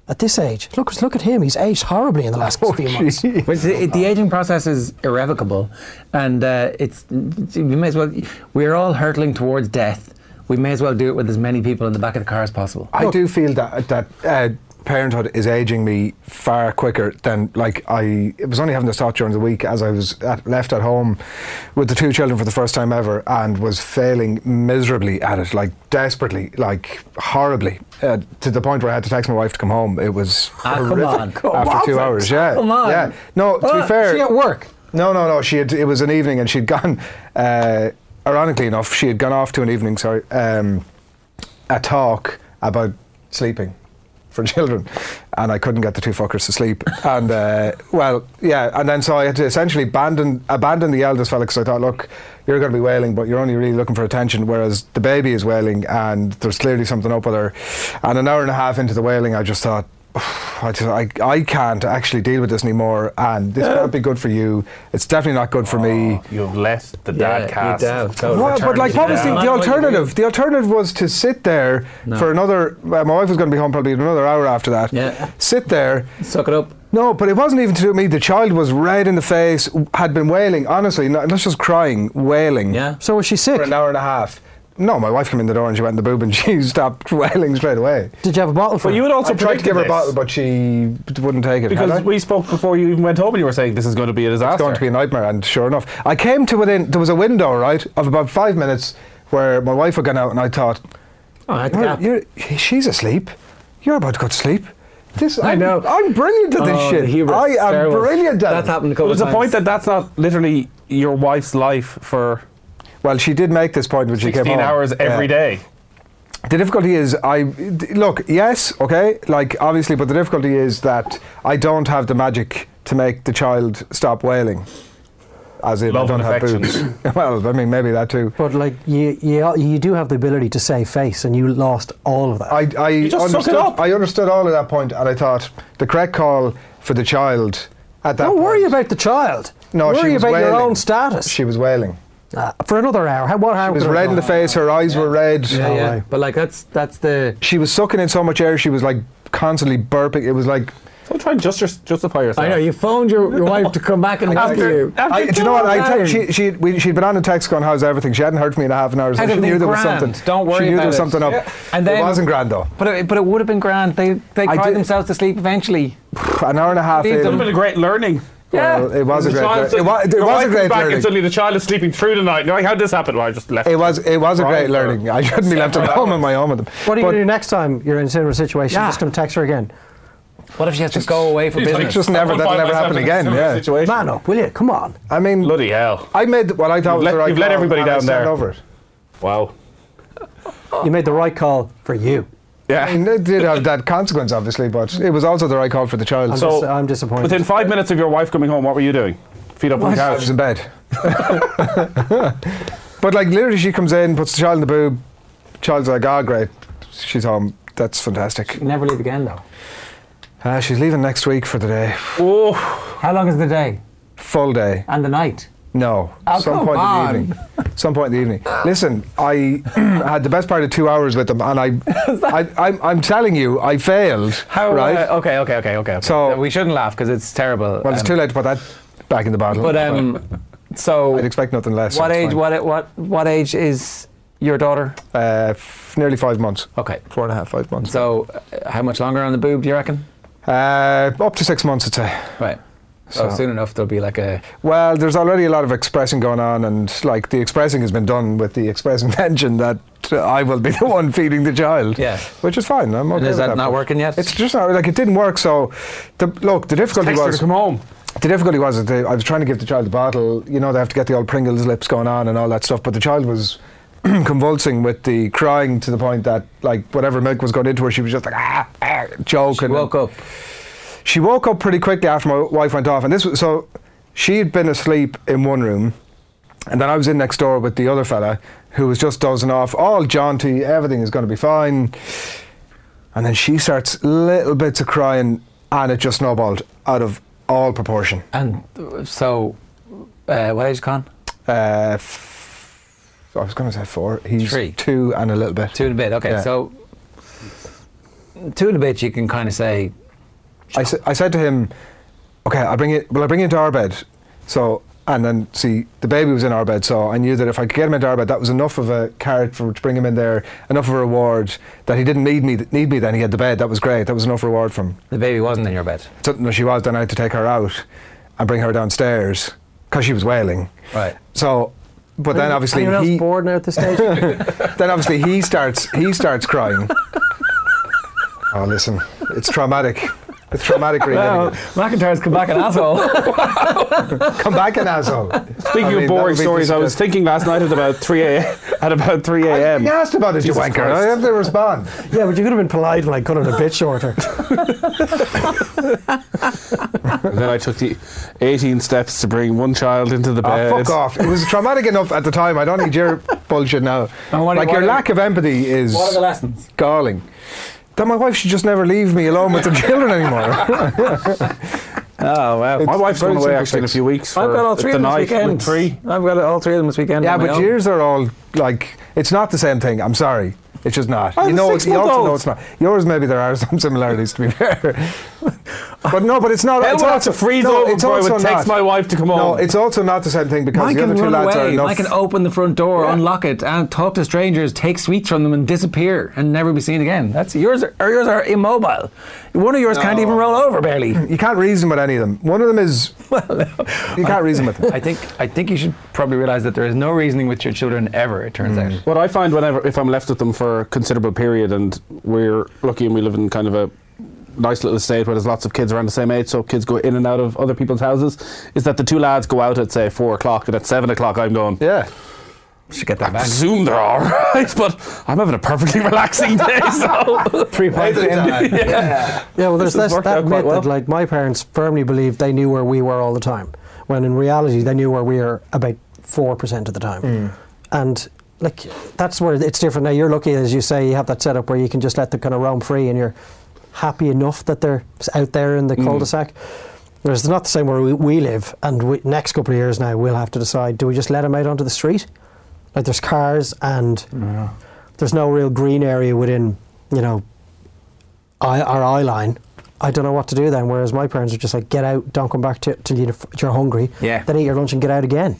Speaker 1: At this age, look look at him. He's aged horribly in the last few
Speaker 3: Oh,
Speaker 1: months.
Speaker 4: But the, the aging process is irrevocable, and uh, it's we may as well. We're all hurtling towards death. We may as well do it with as many people in the back of the car as possible.
Speaker 3: I do feel that that uh, parenthood is aging me far quicker than like I. It was only having this thought during the week as I was at, left at home with the two children for the first time ever and was failing miserably at it, like desperately, like horribly, uh, to the point where I had to text my wife to come home. It was
Speaker 6: Ah, come
Speaker 3: horrific
Speaker 6: on. Come
Speaker 3: after
Speaker 6: on,
Speaker 3: two hours. Yeah,
Speaker 6: come on.
Speaker 3: Yeah, no. To
Speaker 6: Ah,
Speaker 3: be fair,
Speaker 1: She at work.
Speaker 3: no, no, no. She had. It was an evening, and she'd gone. Uh, ironically enough, she had gone off to an evening. Sorry, um, a talk about sleeping for children, and I couldn't get the two fuckers to sleep. And uh, well, yeah. And then so I had to essentially abandon abandon the eldest fella because I thought, look, you're going to be wailing, but you're only really looking for attention. Whereas the baby is wailing, and there's clearly something up with her. And an hour and a half into the wailing, I just thought. I, just, I, I can't actually deal with this anymore, and this can't be good for you. It's definitely not good for me.
Speaker 5: Oh, You've left the
Speaker 6: Yeah,
Speaker 5: dad
Speaker 6: you
Speaker 5: cast.
Speaker 6: down, totally.
Speaker 3: Well, but like, what was the,
Speaker 6: Yeah.
Speaker 3: the alternative? The alternative was to sit there for another. Well, my wife was going to be home probably in another hour after that.
Speaker 6: Yeah.
Speaker 3: Sit there.
Speaker 6: Suck it up.
Speaker 3: No, but it wasn't even to do with me. The child was red in the face, had been wailing. Honestly, not, not just crying, wailing.
Speaker 6: Yeah.
Speaker 1: So was she sick?
Speaker 3: For an hour and a half. No, my wife came in the door and she went in the boob and she stopped wailing straight away.
Speaker 1: Did you have a bottle for
Speaker 5: But you
Speaker 1: her?
Speaker 5: would also
Speaker 3: I tried to
Speaker 5: predicted
Speaker 3: give her a
Speaker 5: this,
Speaker 3: bottle, but she wouldn't take it. had I?
Speaker 5: because we spoke before you even went home, and you were saying this is going to be a disaster.
Speaker 3: It's going to be a nightmare, and sure enough, I came to within. There was a window, right, of about five minutes where my wife had gone out, and I thought,
Speaker 6: Oh, I
Speaker 3: "You're-
Speaker 6: had the gap.
Speaker 3: you're, she's asleep. You're about to go to sleep. This,
Speaker 6: I
Speaker 3: I'm-
Speaker 6: know.
Speaker 3: I'm brilliant at this
Speaker 6: Oh, the
Speaker 3: shit.
Speaker 6: hubris.
Speaker 3: I am
Speaker 6: Terrible.
Speaker 3: brilliant at
Speaker 6: That's
Speaker 3: it.
Speaker 6: happened a couple
Speaker 5: There's
Speaker 6: of
Speaker 5: a
Speaker 6: times.
Speaker 5: point that that's not literally your wife's life for
Speaker 3: Well, she did make this point when she came
Speaker 5: 16
Speaker 3: home.
Speaker 5: hours every day.
Speaker 3: The difficulty is, I d- look. Yes, okay. Like obviously, but the difficulty is that I don't have the magic to make the child stop wailing. As in,
Speaker 5: Love
Speaker 3: I
Speaker 5: and
Speaker 3: don't have
Speaker 5: affection.
Speaker 3: boobs. well, I mean, maybe that too.
Speaker 1: But like you, you, you do have the ability to save face, and you lost all of that.
Speaker 3: I, I
Speaker 5: just suck it
Speaker 3: understood.
Speaker 5: up.
Speaker 3: I understood all at that point, and I thought the correct call for the child at that.
Speaker 1: Don't worry
Speaker 3: point-
Speaker 1: about the child.
Speaker 3: No,
Speaker 1: worry
Speaker 3: she was
Speaker 1: about your
Speaker 3: wailing.
Speaker 1: own status
Speaker 3: She was wailing.
Speaker 1: Uh, for another hour. How, what hour?
Speaker 3: She was
Speaker 1: could I
Speaker 3: red in
Speaker 1: go?
Speaker 3: the face. Her eyes were red.
Speaker 6: Yeah, yeah.
Speaker 1: way.
Speaker 6: But like that's that's the
Speaker 3: She was sucking in so much air. She was like constantly burping. It was like.
Speaker 5: Don't try and just, justify yourself.
Speaker 6: I know you phoned your, your wife to come back and help
Speaker 5: After-
Speaker 6: you.
Speaker 5: after
Speaker 3: I, do you know what? I text, she she we, she'd been on a text going, "How's everything?" She hadn't heard from me in a half an hour, so she
Speaker 4: Everything
Speaker 3: knew there was
Speaker 4: grand.
Speaker 3: something.
Speaker 4: Don't worry
Speaker 3: She knew
Speaker 4: about
Speaker 3: there was
Speaker 4: it.
Speaker 3: something up.
Speaker 4: Yeah. And
Speaker 3: it
Speaker 4: then-
Speaker 3: wasn't grand though.
Speaker 4: But it, but it would have been grand. They they
Speaker 3: I
Speaker 4: cried
Speaker 3: did-
Speaker 4: themselves to sleep eventually.
Speaker 3: An hour and a half
Speaker 4: Leave
Speaker 5: It would have been
Speaker 3: in.
Speaker 5: a great learning.
Speaker 3: Well, it was a
Speaker 5: The
Speaker 3: great.
Speaker 5: child
Speaker 3: lear-
Speaker 5: said-
Speaker 3: It was, it
Speaker 5: your
Speaker 3: was
Speaker 5: wife
Speaker 3: a
Speaker 5: comes
Speaker 3: great
Speaker 5: back and
Speaker 3: learning.
Speaker 5: suddenly the child is sleeping through the night. You're like, how did this happen? Well, I just left.
Speaker 3: It was it was a great
Speaker 5: Right.
Speaker 3: learning. I shouldn't be left at home on my own with them.
Speaker 1: What are you
Speaker 3: But-
Speaker 1: going to do next time you're in a similar situation?
Speaker 4: Yeah.
Speaker 1: Just going to text her again.
Speaker 4: What if she has to go away for
Speaker 5: It's like-
Speaker 4: business?
Speaker 3: just never-
Speaker 5: I
Speaker 3: that'll
Speaker 5: find
Speaker 3: never
Speaker 5: myself
Speaker 3: happen
Speaker 5: in a
Speaker 3: again,
Speaker 5: similar
Speaker 3: yeah.
Speaker 5: situation.
Speaker 1: Man up, will you? Come on.
Speaker 3: I mean,
Speaker 5: Bloody hell.
Speaker 3: I made what I thought was
Speaker 5: let-
Speaker 3: the right
Speaker 5: you've let
Speaker 3: call,
Speaker 5: everybody
Speaker 3: and I
Speaker 5: down
Speaker 3: stand
Speaker 5: there.
Speaker 3: Over it.
Speaker 5: Wow.
Speaker 1: You made the right call for you.
Speaker 5: Yeah.
Speaker 3: I mean, it did have that consequence, obviously, but it was also the right call for the child.
Speaker 1: So-
Speaker 3: So
Speaker 1: dis- I'm disappointed.
Speaker 5: Within five minutes of your wife coming home, what were you doing? Feet up on the
Speaker 3: I
Speaker 5: couch.
Speaker 3: was in bed. but like, literally, she comes in, puts the child in the boob. Child's like, "Ah, great, she's home. That's fantastic."
Speaker 4: Never leave again though.
Speaker 3: Uh, she's leaving next week for the day,
Speaker 5: Oh,
Speaker 4: How long is the day
Speaker 3: full day.
Speaker 4: and the night?
Speaker 3: No,
Speaker 4: Oh,
Speaker 3: some
Speaker 4: come
Speaker 3: point
Speaker 4: on.
Speaker 3: in the evening. Some point in the evening. Listen, I had the best part of two hours with them, and I, I I'm, I'm telling you, I failed. right?
Speaker 4: uh, okay, okay, okay, okay. Uh,
Speaker 3: So-
Speaker 4: we shouldn't laugh because it's terrible.
Speaker 3: well, it's
Speaker 4: Um,
Speaker 3: too late to put that back in the bottle.
Speaker 4: But um, so
Speaker 3: I'd expect nothing less. so
Speaker 4: what
Speaker 3: it's
Speaker 4: age?
Speaker 3: fine.
Speaker 4: What what what age is your daughter?
Speaker 3: Uh, f- nearly five months.
Speaker 4: Okay.
Speaker 3: Four and a half, five months.
Speaker 4: So uh, how much longer on the boob do you reckon?
Speaker 3: Uh, up to six months, I'd say.
Speaker 4: Right. So
Speaker 3: So-
Speaker 4: soon enough there'll be like a
Speaker 3: Well, there's already a lot of expressing going on, and like the expressing has been done with the express intention that uh, I will be the one feeding the child.
Speaker 4: Yeah.
Speaker 3: Which is fine. I'm okay
Speaker 4: And is
Speaker 3: with
Speaker 4: that not
Speaker 3: but
Speaker 4: working yet?
Speaker 3: It's just not like it didn't work. So, the, look, the difficulty
Speaker 5: text her to
Speaker 3: was
Speaker 5: come home.
Speaker 3: the difficulty was that they, I was trying to give the child the bottle. You know, they have to get the old Pringles lips going on and all that stuff. But the child was convulsing with the crying to the point that like whatever milk was going into her, she was just like ah, ah joking.
Speaker 4: woke up.
Speaker 3: She woke up pretty quickly after my wife went off, and this was so she had been asleep in one room, and then I was in next door with the other fella who was just dozing off, all jaunty, everything is going to be fine. And then she starts little bits of crying, and it just snowballed out of all proportion.
Speaker 4: And uh, so uh, what age con?
Speaker 3: Uh, f- I was going to say four. He's
Speaker 4: Three.
Speaker 3: two and a little bit.
Speaker 4: Two and a bit. Okay.
Speaker 3: Yeah.
Speaker 4: So two and a bit you can kind of say
Speaker 3: I, sa- I said to him, "Okay, I'll bring it. Well, I'll bring you into our bed." So And then, see, the baby was in our bed, so I knew that if I could get him into our bed, that was enough of a carrot for to bring him in there, enough of a reward that he didn't need me. Need me then he had the bed. That was great. That was enough reward from.
Speaker 6: The baby wasn't in your bed.
Speaker 3: So, no, she was. Then I had to take her out and bring her downstairs because she was wailing.
Speaker 6: Right.
Speaker 3: So, but then obviously
Speaker 1: Anyone else
Speaker 3: he
Speaker 1: bored now at this stage?
Speaker 3: then obviously he starts he starts crying. oh, listen, it's traumatic. It's traumatic reading.
Speaker 7: Wow, McIntyre's come back an asshole.
Speaker 3: Come back, an asshole.
Speaker 5: Speaking of boring stories, I was thinking last night at about 3 a.m. at about 3 a.m.
Speaker 3: You asked about it,
Speaker 5: Jesus
Speaker 3: you wanker.
Speaker 5: Christ. Uh,
Speaker 3: I have to respond.
Speaker 1: yeah, but you could have been polite and like cut it a bit shorter.
Speaker 5: And then I took the 18 steps to bring one child into the
Speaker 3: Ah,
Speaker 5: bed.
Speaker 3: fuck off. It was traumatic enough at the time. I don't need your bullshit now.
Speaker 6: And what-
Speaker 3: like,
Speaker 6: what
Speaker 3: your
Speaker 6: are-
Speaker 3: lack of empathy is
Speaker 6: What are the lessons?
Speaker 3: galling. That my wife should just never leave me alone with the children anymore.
Speaker 6: Oh wow.
Speaker 5: My
Speaker 3: It's
Speaker 5: wife's
Speaker 3: very
Speaker 5: going away
Speaker 3: simple
Speaker 5: actually in a
Speaker 3: fix.
Speaker 5: few weeks. For
Speaker 7: I've got all three
Speaker 5: the
Speaker 7: of them this
Speaker 5: night
Speaker 7: weekend.
Speaker 5: with three.
Speaker 7: I've got all three of them this weekend.
Speaker 3: yeah,
Speaker 7: on my
Speaker 3: but
Speaker 7: own.
Speaker 3: yours are all like, it's not the same thing. I'm sorry. It's just not.
Speaker 5: have
Speaker 3: you
Speaker 5: a
Speaker 3: know, it's, you also know
Speaker 5: six-month-old.
Speaker 3: it's not. Yours maybe there are some similarities to be fair, but no. But it's not.
Speaker 5: Hell
Speaker 3: it's
Speaker 5: would have
Speaker 3: also-
Speaker 5: to freeze
Speaker 3: no,
Speaker 5: over
Speaker 3: it's
Speaker 5: before I
Speaker 3: also
Speaker 5: would text
Speaker 3: not.
Speaker 5: my wife to come
Speaker 3: No,
Speaker 5: home.
Speaker 3: it's also not the same thing because
Speaker 7: I
Speaker 3: the
Speaker 7: can
Speaker 3: other two
Speaker 7: run
Speaker 3: lads are
Speaker 7: away.
Speaker 3: enough.
Speaker 7: I can open the front door, unlock it, and talk to strangers, take sweets from them, and disappear and never be seen again. That's yours. Are, yours are immobile. One of yours can't even roll over barely.
Speaker 3: you can't reason with any of them. One of them is. you can't reason with them.
Speaker 6: I think I think you should probably realize that there is no reasoning with your children ever. It
Speaker 3: Mm.
Speaker 6: turns out.
Speaker 5: What I find whenever if I'm left with them for a considerable period, and we're lucky and we live in kind of a nice little estate where there's lots of kids around the same age, so kids go in and out of other people's houses, is that the two lads go out at say four o'clock, and at seven o'clock I'm going.
Speaker 3: Yeah.
Speaker 7: Should get that
Speaker 5: I
Speaker 7: back.
Speaker 5: presume they're all right, but I'm having a perfectly relaxing day. So
Speaker 7: Three points in.
Speaker 1: Yeah, well, there's
Speaker 5: This has
Speaker 1: this,
Speaker 5: worked
Speaker 1: that
Speaker 5: out quite
Speaker 1: myth
Speaker 5: well.
Speaker 1: that like my parents firmly believed they knew where we were all the time, when in reality they knew where we were about four percent of the time,
Speaker 5: Mm.
Speaker 1: and like that's where it's different. Now you're lucky, as you say, you have that setup where you can just let them kind of roam free, and you're happy enough that they're s- out there in the
Speaker 5: Mm.
Speaker 1: cul-de-sac. Whereas it's not the same where we, we live, and we, next couple of years now we'll have to decide: do we just let them out onto the street? Like there's cars and there's no real green area within, you know, eye, our eye line. I don't know what to do then. Whereas my parents are just like, get out, don't come back till till you, you're hungry.
Speaker 6: Yeah.
Speaker 1: Then eat your lunch and get out again.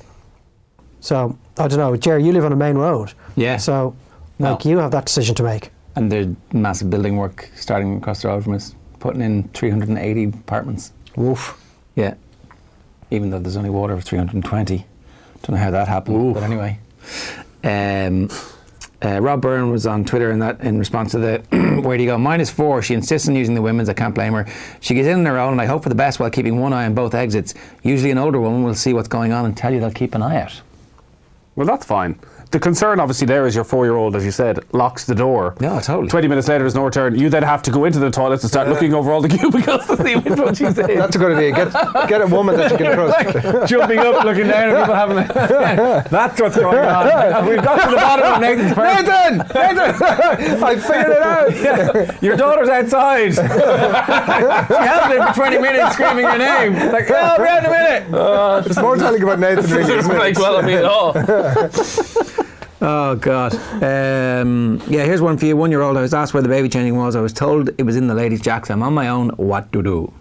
Speaker 1: So I don't know, Jerry. You live on a main road.
Speaker 6: Yeah.
Speaker 1: So,
Speaker 6: No.
Speaker 1: like, you have that decision to make.
Speaker 6: And there's massive building work starting across the road from us, putting in 380 apartments.
Speaker 1: Woof.
Speaker 6: Yeah. Even though there's only water of 320. Don't know how that happened, but anyway. Um, uh, Rob Byrne was on Twitter in that in response to the where do you go minus four. She insists on using the women's. I can't blame her. She gets in on her own, and I hope for the best while keeping one eye on both exits. Usually, an older woman will see what's going on and tell you they'll keep an eye out.
Speaker 5: well, that's fine. The concern, obviously, there is your four-year-old, as you said, locks the door.
Speaker 6: Yeah, totally.
Speaker 5: Twenty minutes later, there's no return. You then have to go into the toilets and start looking over all the cubicles to see which one she's in.
Speaker 3: That's a good idea. Get, get a woman that you can trust.
Speaker 6: Jumping up, looking down, and people having. A, that's what's going on. We've got to the bottom of Nathan's parents.
Speaker 3: Nathan! Nathan! I figured it out!
Speaker 6: Your daughter's outside. she has been for 20 minutes screaming your name. It's like, oh, be out in a minute.
Speaker 3: It's more telling about Nathan really, isn't it?
Speaker 6: Oh, God. Um, yeah, here's one for you. One year old, I was asked where the baby changing was. I was told it was in the ladies' jacks. I'm on my own. What to do?
Speaker 1: Well,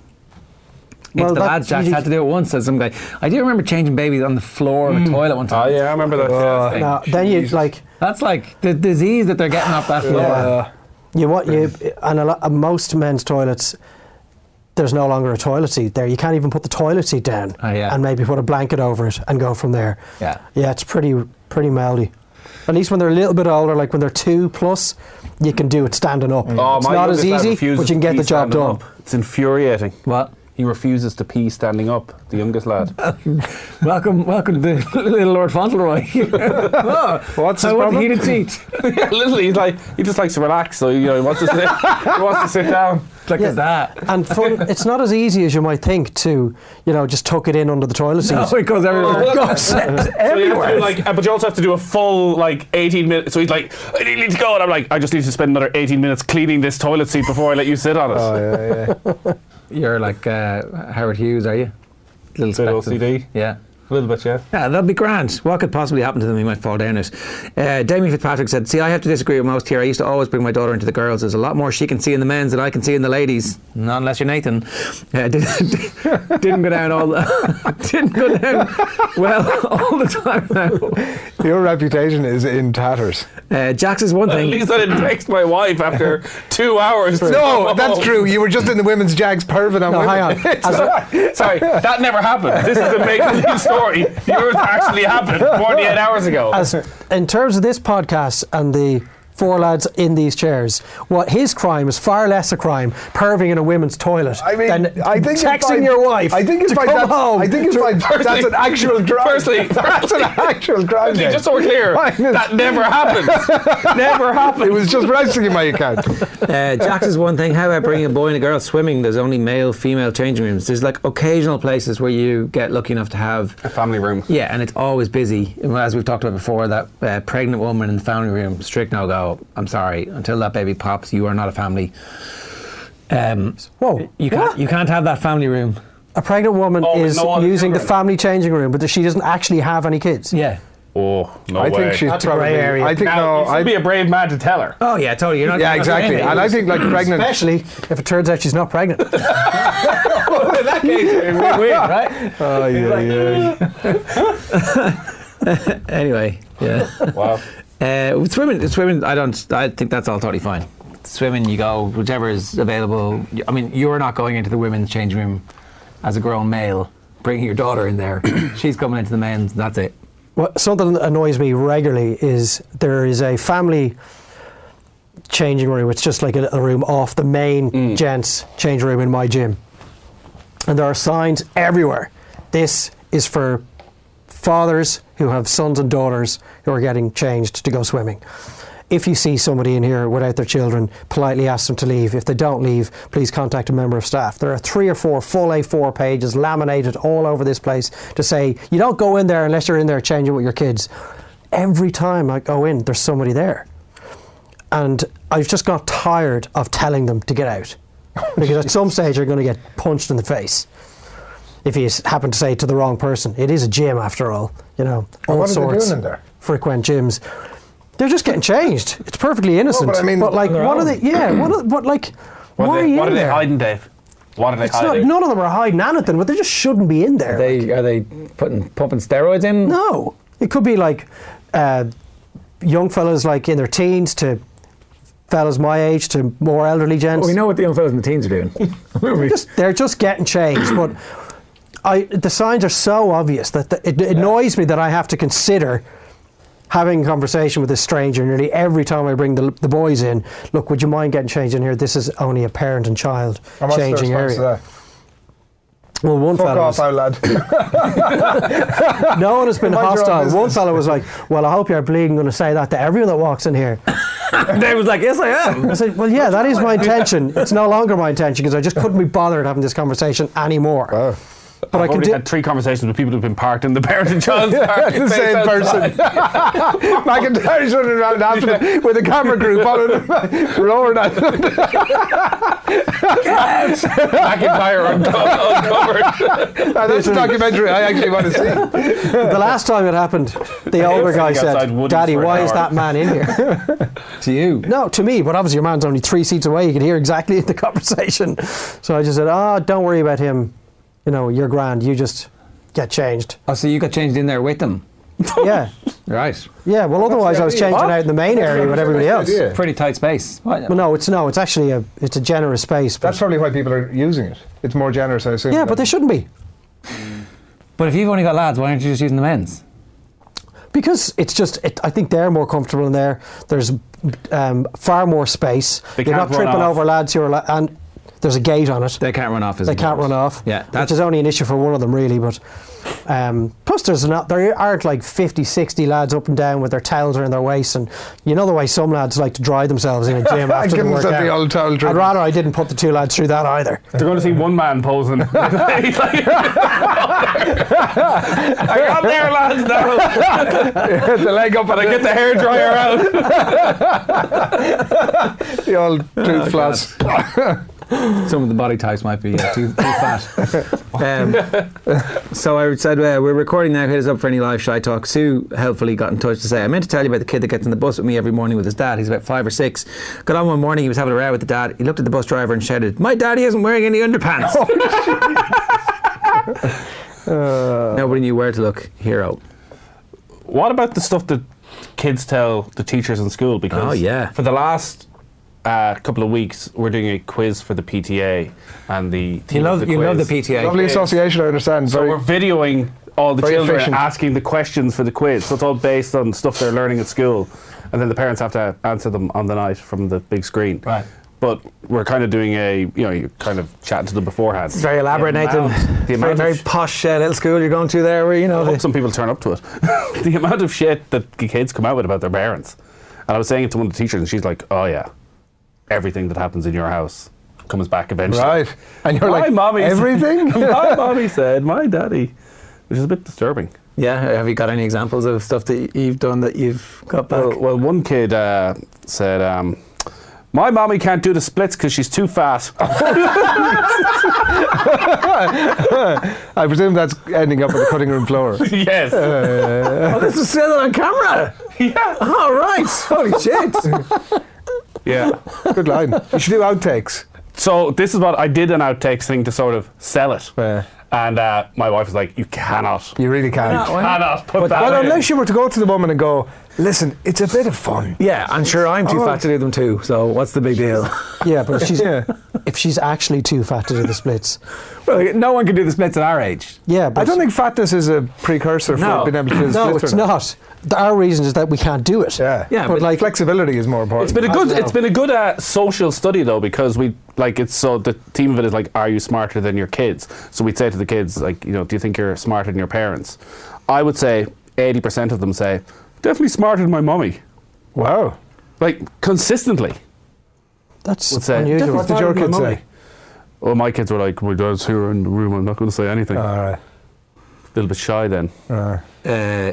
Speaker 6: it's
Speaker 1: that-
Speaker 6: the lads' jacks.
Speaker 1: you-
Speaker 6: had to do it once, said some guy. I do remember changing babies on the floor of a toilet one
Speaker 5: Oh
Speaker 6: time.
Speaker 5: yeah, I remember that.
Speaker 3: Oh,
Speaker 1: Now, then you like
Speaker 6: That's like the disease that they're getting off that floor.
Speaker 1: you what you and a lot, and most men's toilets. There's no longer a toilet seat there. You can't even put the toilet seat down
Speaker 5: Ah,
Speaker 6: Oh, yeah.
Speaker 1: and maybe put a blanket over it and go from there.
Speaker 6: Yeah.
Speaker 1: Yeah, it's pretty pretty mouldy. At least when they're a little bit older, like when they're two plus, you can do it standing up.
Speaker 5: Oh,
Speaker 1: it's
Speaker 5: my
Speaker 1: not as
Speaker 5: youngest lad
Speaker 1: easy, but you
Speaker 5: refuses
Speaker 1: can
Speaker 5: to
Speaker 1: get
Speaker 5: pee
Speaker 1: the job
Speaker 5: standing
Speaker 1: done.
Speaker 5: up. It's infuriating.
Speaker 6: What?
Speaker 5: He refuses to pee standing up. The youngest lad.
Speaker 6: Welcome, welcome to the little Lord Fauntleroy. oh,
Speaker 3: What's
Speaker 6: I
Speaker 3: his
Speaker 6: want
Speaker 3: problem?
Speaker 6: the heated seat.
Speaker 5: yeah, literally, he's like he just likes to relax. So you know, he wants to sit. he wants to sit down.
Speaker 6: like
Speaker 1: Yeah.
Speaker 6: is that?
Speaker 1: And fun, it's not as easy as you might think to, you know, just tuck it in under the toilet seat.
Speaker 6: Oh, it goes everywhere.
Speaker 5: Oh,
Speaker 6: Goes
Speaker 5: So you have to do,
Speaker 6: everywhere.
Speaker 5: like, uh, but you also have to do a full like 18 minutes. So he's like, I need to go, and I'm like, I just need to spend another 18 minutes cleaning this toilet seat before I let you sit on it.
Speaker 3: Oh, yeah, yeah.
Speaker 6: You're like uh, Howard Hughes, are you? Little
Speaker 5: Bit
Speaker 6: specks of-
Speaker 5: OCD.
Speaker 6: Yeah.
Speaker 5: A little bit, yeah.
Speaker 6: Yeah, that'd be grand. What could possibly happen to them? He might fall down it. Uh, Damien Fitzpatrick said, See, I have to disagree with most here. I used to always bring my daughter into the girls. There's a lot more she can see in the men's than I can see in the ladies. Not unless you're Nathan. Uh, did, didn't go down all the, Didn't go down well all the time now.
Speaker 3: Your reputation is in tatters.
Speaker 6: Uh, Jax is one
Speaker 5: At
Speaker 6: thing.
Speaker 5: least I didn't text my wife after two hours. to go
Speaker 3: No,
Speaker 5: home.
Speaker 3: that's true. You were just in the women's jags perving on
Speaker 1: No,
Speaker 3: women.
Speaker 1: hang on. As a-
Speaker 5: Sorry, that never happened. This is a make new story. Yours actually happened 48 hours ago.
Speaker 1: as in terms of this podcast and the four lads in these chairs, what his crime is far less a crime perving in a women's toilet
Speaker 3: I mean,
Speaker 1: than
Speaker 3: I think if
Speaker 1: texting
Speaker 3: I-
Speaker 1: your wife.
Speaker 3: I think if
Speaker 1: to
Speaker 3: I,
Speaker 1: come
Speaker 3: that's,
Speaker 1: home.
Speaker 3: I think if I, that's an actual crime.
Speaker 5: Firstly-
Speaker 3: that's an actual crime.
Speaker 5: Actually,
Speaker 3: then.
Speaker 5: Just so we're clear,
Speaker 3: Mine is-
Speaker 5: that never happened. never happened.
Speaker 3: it was just resting in my account.
Speaker 6: Uh, Jax is one thing. How about bringing a boy and a girl swimming? There's only male, female changing rooms. There's like occasional places where you get lucky enough to have
Speaker 5: A family room.
Speaker 6: Yeah, and it's always busy. And As we've talked about before, that uh, pregnant woman in the family room, strict no go. I'm sorry. Until that baby pops, you are not a family. Um,
Speaker 1: Whoa,
Speaker 6: you can't. You can't have that family room.
Speaker 1: a pregnant woman
Speaker 5: Oh, with
Speaker 1: is
Speaker 5: no other
Speaker 1: using the
Speaker 5: children.
Speaker 1: family changing room, but she doesn't actually have any kids.
Speaker 6: Yeah.
Speaker 5: Oh, no
Speaker 3: I think she's
Speaker 1: That's a grey
Speaker 3: probably.
Speaker 1: area.
Speaker 3: I think
Speaker 5: now,
Speaker 3: no.
Speaker 5: you'd
Speaker 3: I,
Speaker 5: be a brave man to tell her.
Speaker 6: Oh yeah, totally. You're not.
Speaker 3: yeah,
Speaker 6: you're not
Speaker 3: exactly.
Speaker 6: saying
Speaker 3: And I
Speaker 6: it.
Speaker 3: think like pregnant.
Speaker 1: Especially if it turns out she's not pregnant.
Speaker 5: in that case, it'd be weird, right?
Speaker 3: Oh yeah, yeah.
Speaker 6: anyway. Yeah.
Speaker 5: Wow.
Speaker 6: Uh, with swimming, with swimming, I don't. I think that's all totally fine. Swimming, you go whichever is available. I mean, you're not going into the women's change room as a grown male, bringing your daughter in there. She's coming into the men's. That's it.
Speaker 1: Well, something that annoys me regularly is there is a family changing room. It's just like a, little room off the main gents change room in my gym, and there are signs everywhere. This is for fathers who have sons and daughters who are getting changed to go swimming. If you see somebody in here without their children, politely ask them to leave. If they don't leave, please contact a member of staff. There are three or four full A4 pages laminated all over this place to say you don't go in there unless you're in there changing with your kids. Every time I go in, there's somebody there. And I've just got tired of telling them to get out. Because at some stage, you're going to get punched in the face if you s- happen to say it to the wrong person. It is a gym after all, you know. All
Speaker 3: what are they
Speaker 1: sorts
Speaker 3: doing in there?
Speaker 1: Frequent gyms. They're just getting changed. It's perfectly innocent.
Speaker 3: I mean,
Speaker 1: like,
Speaker 3: on their
Speaker 1: what are
Speaker 3: own.
Speaker 1: they? Yeah, what? Are, what like?
Speaker 5: What
Speaker 1: why
Speaker 5: are
Speaker 1: are
Speaker 5: they,
Speaker 1: you
Speaker 5: what
Speaker 1: in
Speaker 5: are they
Speaker 1: there?
Speaker 5: hiding, Dave? What are they
Speaker 1: It's not,
Speaker 5: hiding?
Speaker 1: none of them are hiding anything, but they just shouldn't be in there.
Speaker 6: They are they putting pumping steroids in?
Speaker 1: No, it could be like uh, young fellas, like in their teens, to fellas my age, to more elderly gents.
Speaker 6: We know what the young fellas and the teens are doing.
Speaker 1: just they're just getting changed, but I the signs are so obvious that the, it, annoys me that I have to consider having a conversation with a stranger nearly every time I bring the, the boys in. Look, would you mind getting changed in here? This is only a parent and child
Speaker 3: And what's the
Speaker 1: changing
Speaker 3: response
Speaker 1: area.
Speaker 3: to that?
Speaker 1: Well, one
Speaker 3: Fuck
Speaker 1: fellow
Speaker 3: off, out lad.
Speaker 1: no one has been
Speaker 3: Mind your own
Speaker 1: hostile. One
Speaker 3: business.
Speaker 1: fellow was like, "Well, I hope you're bleeding going to say that to everyone that walks in here."
Speaker 6: Dave was like, "Yes, I am."
Speaker 1: I said, "Well, yeah, that is my intention. It's no longer my intention because I just couldn't be bothered having this conversation anymore." But I
Speaker 5: I've
Speaker 1: can
Speaker 5: already
Speaker 1: do.
Speaker 5: had three conversations with people who've been parked in the parent and child park.
Speaker 3: the same person. McIntyre's running around after them with a camera crew following them, roaring at them.
Speaker 5: McIntyre uncovered.
Speaker 3: Now, that's a documentary I actually want to see.
Speaker 1: The last time it happened, the older guy
Speaker 5: sitting outside
Speaker 1: said,
Speaker 5: Woody
Speaker 1: "Daddy,
Speaker 5: for an
Speaker 1: why is
Speaker 5: hour."
Speaker 1: that man in here?"
Speaker 6: to you.
Speaker 1: no, to me, but obviously your man's only three seats away. You could hear exactly the conversation. So I just said, "Ah, don't worry about him. You know, you're grand. You just get changed."
Speaker 6: Oh, so you got changed in there with them,
Speaker 1: yeah,
Speaker 6: right?
Speaker 1: yeah. Well, otherwise I was
Speaker 3: idea.
Speaker 1: changing
Speaker 3: What?
Speaker 1: out in the main area with everybody
Speaker 3: That's
Speaker 1: else.
Speaker 3: the idea.
Speaker 6: Pretty tight space. What?
Speaker 1: Well, no, it's no. It's actually a it's a generous space. But,
Speaker 3: That's probably why people are using it. It's more generous, I assume.
Speaker 1: yeah,
Speaker 3: than-
Speaker 1: but they shouldn't be
Speaker 6: But if you've only got lads, why aren't you just using the men's?
Speaker 1: because it's just. It, I think they're more comfortable in there. There's um, far more space.
Speaker 5: They
Speaker 1: You're not
Speaker 5: can't run
Speaker 1: tripping
Speaker 5: off.
Speaker 1: over lads who are la- and there's a gate on it.
Speaker 6: They can't run off.
Speaker 1: they can't run off.
Speaker 6: Yeah,
Speaker 1: which
Speaker 6: that's-
Speaker 1: is only an issue for one of them really. But um, plus, there's not there aren't like 50, 60 lads up and down with their towels around their waist, and you know the way some lads like to dry themselves in a gym after
Speaker 3: Give
Speaker 1: the
Speaker 3: themselves
Speaker 1: workout.
Speaker 3: the old towel
Speaker 1: I'd
Speaker 3: treatment.
Speaker 1: rather I didn't put the two lads through that either.
Speaker 5: They're going to see one man posing. He's like, I got there, lads. Now.
Speaker 3: Get the leg up and I
Speaker 5: I
Speaker 3: get
Speaker 5: get the hairdryer out. Oh,
Speaker 3: the old tooth floss.
Speaker 4: Some of the body types might be uh, too, too fat.
Speaker 6: Um, so I said, uh, we're recording now. Hit us up for any live shy talk. Sue helpfully got in touch to say, I meant to tell you about the kid that gets on the bus with me every morning with his dad. He's about five or six. Got on one morning. He was having a row with the dad. He looked at the bus driver and shouted, "My daddy isn't wearing any underpants." Nobody knew where to look. Hero.
Speaker 5: What about the stuff that kids tell the teachers in school? Because
Speaker 6: Oh, yeah.
Speaker 5: for the last uh, couple of weeks, we're doing a quiz for the PTA and the
Speaker 4: You
Speaker 5: theme of
Speaker 4: love,
Speaker 5: the
Speaker 4: you love the
Speaker 5: quiz.
Speaker 4: PTA.
Speaker 3: Lovely association, I understand.
Speaker 5: So
Speaker 3: Very-
Speaker 5: we're videoing all the
Speaker 3: very
Speaker 5: children
Speaker 3: efficient.
Speaker 5: asking the questions for the quiz. So it's all based on stuff they're learning at school, and then the parents have to answer them on the night from the big screen.
Speaker 4: Right.
Speaker 5: But we're kind of doing a, you know, you're kind of chatting to them beforehand.
Speaker 4: Very elaborate,
Speaker 5: The
Speaker 4: Nathan.
Speaker 5: amount- the
Speaker 4: Very,
Speaker 5: amount
Speaker 4: very
Speaker 5: of sh-
Speaker 4: posh uh, little school you're going to there, where you know.
Speaker 5: I hope
Speaker 4: The,
Speaker 5: some people turn up to it. the amount of shit that the kids come out with about their parents. And I was saying it to one of the teachers, and she's like, "Oh yeah, everything that happens in your house comes back eventually."
Speaker 3: right. And you're
Speaker 5: My
Speaker 3: like,
Speaker 5: mommy said-
Speaker 3: everything?
Speaker 5: my mommy said, "My daddy," which is a bit disturbing.
Speaker 4: yeah, have you got any examples of stuff that you've done that you've got
Speaker 6: Oh,
Speaker 4: back?
Speaker 5: Well, well one kid uh, said, um, "My mommy can't do the splits because she's too fat."
Speaker 3: I presume that's ending up on the cutting room floor.
Speaker 5: yes.
Speaker 4: oh, this was still on camera.
Speaker 5: yeah.
Speaker 4: All right. Holy shit.
Speaker 5: Yeah.
Speaker 3: Good line. You should do outtakes.
Speaker 5: So this is what I did an outtakes thing to sort of sell it,
Speaker 3: Yeah.
Speaker 5: and uh, my wife was like, "You cannot."
Speaker 3: You really can't.
Speaker 5: Cannot put that
Speaker 3: well,
Speaker 5: in.
Speaker 3: unless you were to go to the woman and go, listen, it's a bit of fun.
Speaker 4: yeah, I'm sure I'm too fat to do them too. So what's the big deal?
Speaker 1: Yeah, but if she's
Speaker 3: Yeah.
Speaker 1: if she's actually too fat to do the splits,
Speaker 4: well, no one can do the splits at our age.
Speaker 1: yeah. But
Speaker 3: I don't think fatness is a precursor
Speaker 4: No.
Speaker 3: for being able to do the
Speaker 1: no,
Speaker 3: splits or
Speaker 1: it's not. The- Our reason is that we can't do it.
Speaker 3: Yeah.
Speaker 4: Yeah,
Speaker 1: but,
Speaker 4: but
Speaker 1: like
Speaker 3: Flexibility is more important.
Speaker 5: It's been a good. It's been a good uh, social study though because we like it's so the theme of it is like, are you smarter than your kids? So we'd say to the kids like, you know, do you think you're smarter than your parents? I would say eighty percent of them say definitely smarter than my mummy.
Speaker 3: wow.
Speaker 5: Like consistently.
Speaker 1: that's
Speaker 5: Would say-
Speaker 1: unusual.
Speaker 3: What did your
Speaker 4: Fine,
Speaker 3: kid
Speaker 4: my
Speaker 3: say?
Speaker 4: mummy.
Speaker 5: Well, my kids were like, my dad's here in the room. I'm not going to say anything.
Speaker 3: All right.
Speaker 5: a little bit shy then.
Speaker 3: Uh,
Speaker 4: Uh,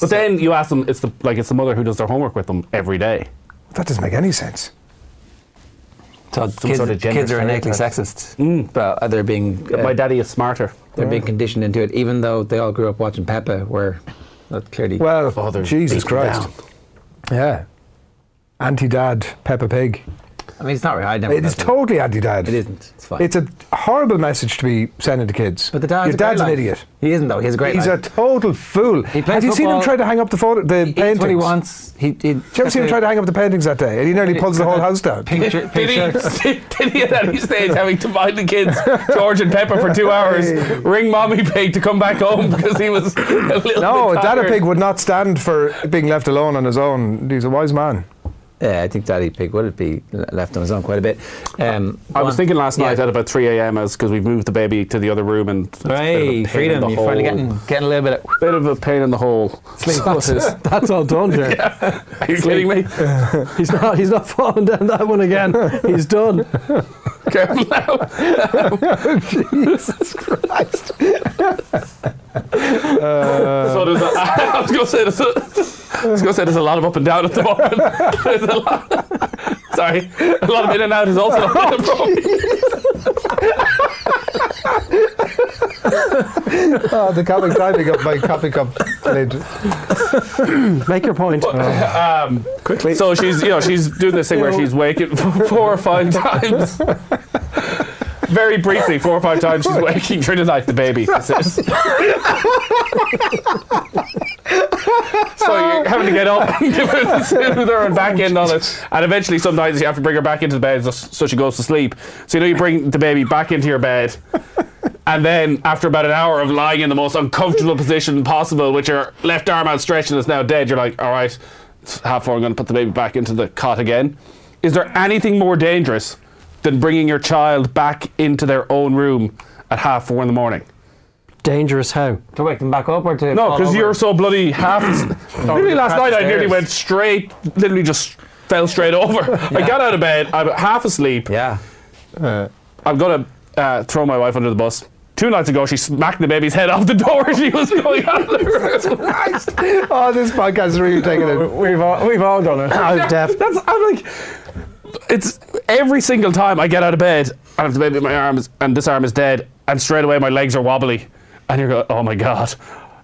Speaker 5: But then you ask them, it's the like it's the mother who does their homework with them every day.
Speaker 3: that doesn't make any sense.
Speaker 4: so kids,
Speaker 5: sort of gender
Speaker 4: kids are innately sexist. But they're being uh,
Speaker 5: My daddy is smarter.
Speaker 4: they're being conditioned into it, even though they all grew up watching Peppa, where that clearly.
Speaker 3: Well,
Speaker 5: Father
Speaker 3: Jesus
Speaker 5: beat them
Speaker 3: Christ. Yeah. Anti dad, Peppa Pig.
Speaker 4: I mean, it's not right. I never
Speaker 3: It is
Speaker 4: thought
Speaker 3: totally anti dad.
Speaker 4: It isn't. It's fine.
Speaker 3: It's a horrible message to be sending to kids.
Speaker 4: but the dad's
Speaker 3: Your
Speaker 4: a great
Speaker 3: dad's an
Speaker 4: life.
Speaker 3: idiot.
Speaker 4: He isn't though. He has a great
Speaker 3: He's
Speaker 4: life.
Speaker 3: a total fool.
Speaker 4: He plays
Speaker 3: Have you seen him
Speaker 4: football.
Speaker 3: try to hang up the photo, the
Speaker 4: he eats
Speaker 3: paintings?
Speaker 4: what he wants. He, he, Did you
Speaker 3: Did you ever see him try to hang up the paintings that day? And he nearly pulls the whole house down.
Speaker 4: Pink, shir- pink shirts.
Speaker 5: did he at any stage having to mind the kids, George and Pepper, for two hours, ring Mommy Pig to come back home because he was a little
Speaker 3: No,
Speaker 5: bit
Speaker 3: Dada
Speaker 5: tired?
Speaker 3: Pig would not stand for being left alone on his own. He's a wise man.
Speaker 4: Yeah, I think Daddy Pig would be le- left on his own quite a bit. Um,
Speaker 5: I was
Speaker 4: one-
Speaker 5: thinking last night
Speaker 4: Yeah.
Speaker 5: at about 3 a.m. because we've moved the baby to the other room and it's a bit of a pain
Speaker 4: Hey,
Speaker 5: in
Speaker 4: freedom!
Speaker 5: the
Speaker 4: You're finally
Speaker 5: hole.
Speaker 4: getting getting a little bit of
Speaker 5: bit of a pain in the hole.
Speaker 4: sleep.
Speaker 1: That's all done, Jerry.
Speaker 5: Are you kidding me?
Speaker 1: He's not. He's not falling down that one again. He's done.
Speaker 5: Careful now. So there's a, I was going to say there's a, I was going to say there's a lot of up and down at the moment. There's a lot. Sorry, a lot of in and out is also a bit of problem.
Speaker 3: Oh, the comic diving up my coffee cup lid.
Speaker 1: Make your point.
Speaker 5: Um, Quickly. So she's you know she's doing this thing where she's waking four or five times. Very briefly, four or five times she's waking during the night. The baby. That's it. so you're having to get up and give her the soother and back in on it. And eventually, some nights you have to bring her back into the bed so- so she goes to sleep. So you know you bring the baby back into your bed. And then, after about an hour of lying in the most uncomfortable position possible, with your left arm outstretched and it's now dead, you're like, all right, it's half hour, I'm going to put the baby back into the cot again. Is there anything more dangerous than bringing your child back into their own room at half four in the morning?
Speaker 1: Dangerous. How?
Speaker 4: to wake them back up or to
Speaker 5: No,
Speaker 4: fall
Speaker 5: because
Speaker 4: over?
Speaker 5: you're so bloody half. literally last
Speaker 4: crap
Speaker 5: night, I nearly
Speaker 4: stairs.
Speaker 5: went straight, literally just fell straight over. I got out of bed, I'm half asleep.
Speaker 4: yeah.
Speaker 5: I'm gonna uh, throw my wife under the bus. Two nights ago, she smacked the baby's head off the door. She was going out of the room.
Speaker 3: Oh, this podcast is really taking it.
Speaker 4: We've all we've all
Speaker 3: Oh,
Speaker 4: done it.
Speaker 1: How def-
Speaker 5: That's I'm like, it's every single time I get out of bed, I have the baby in my arms, and this arm is dead, and straight away my legs are wobbly, and you're going, oh my god.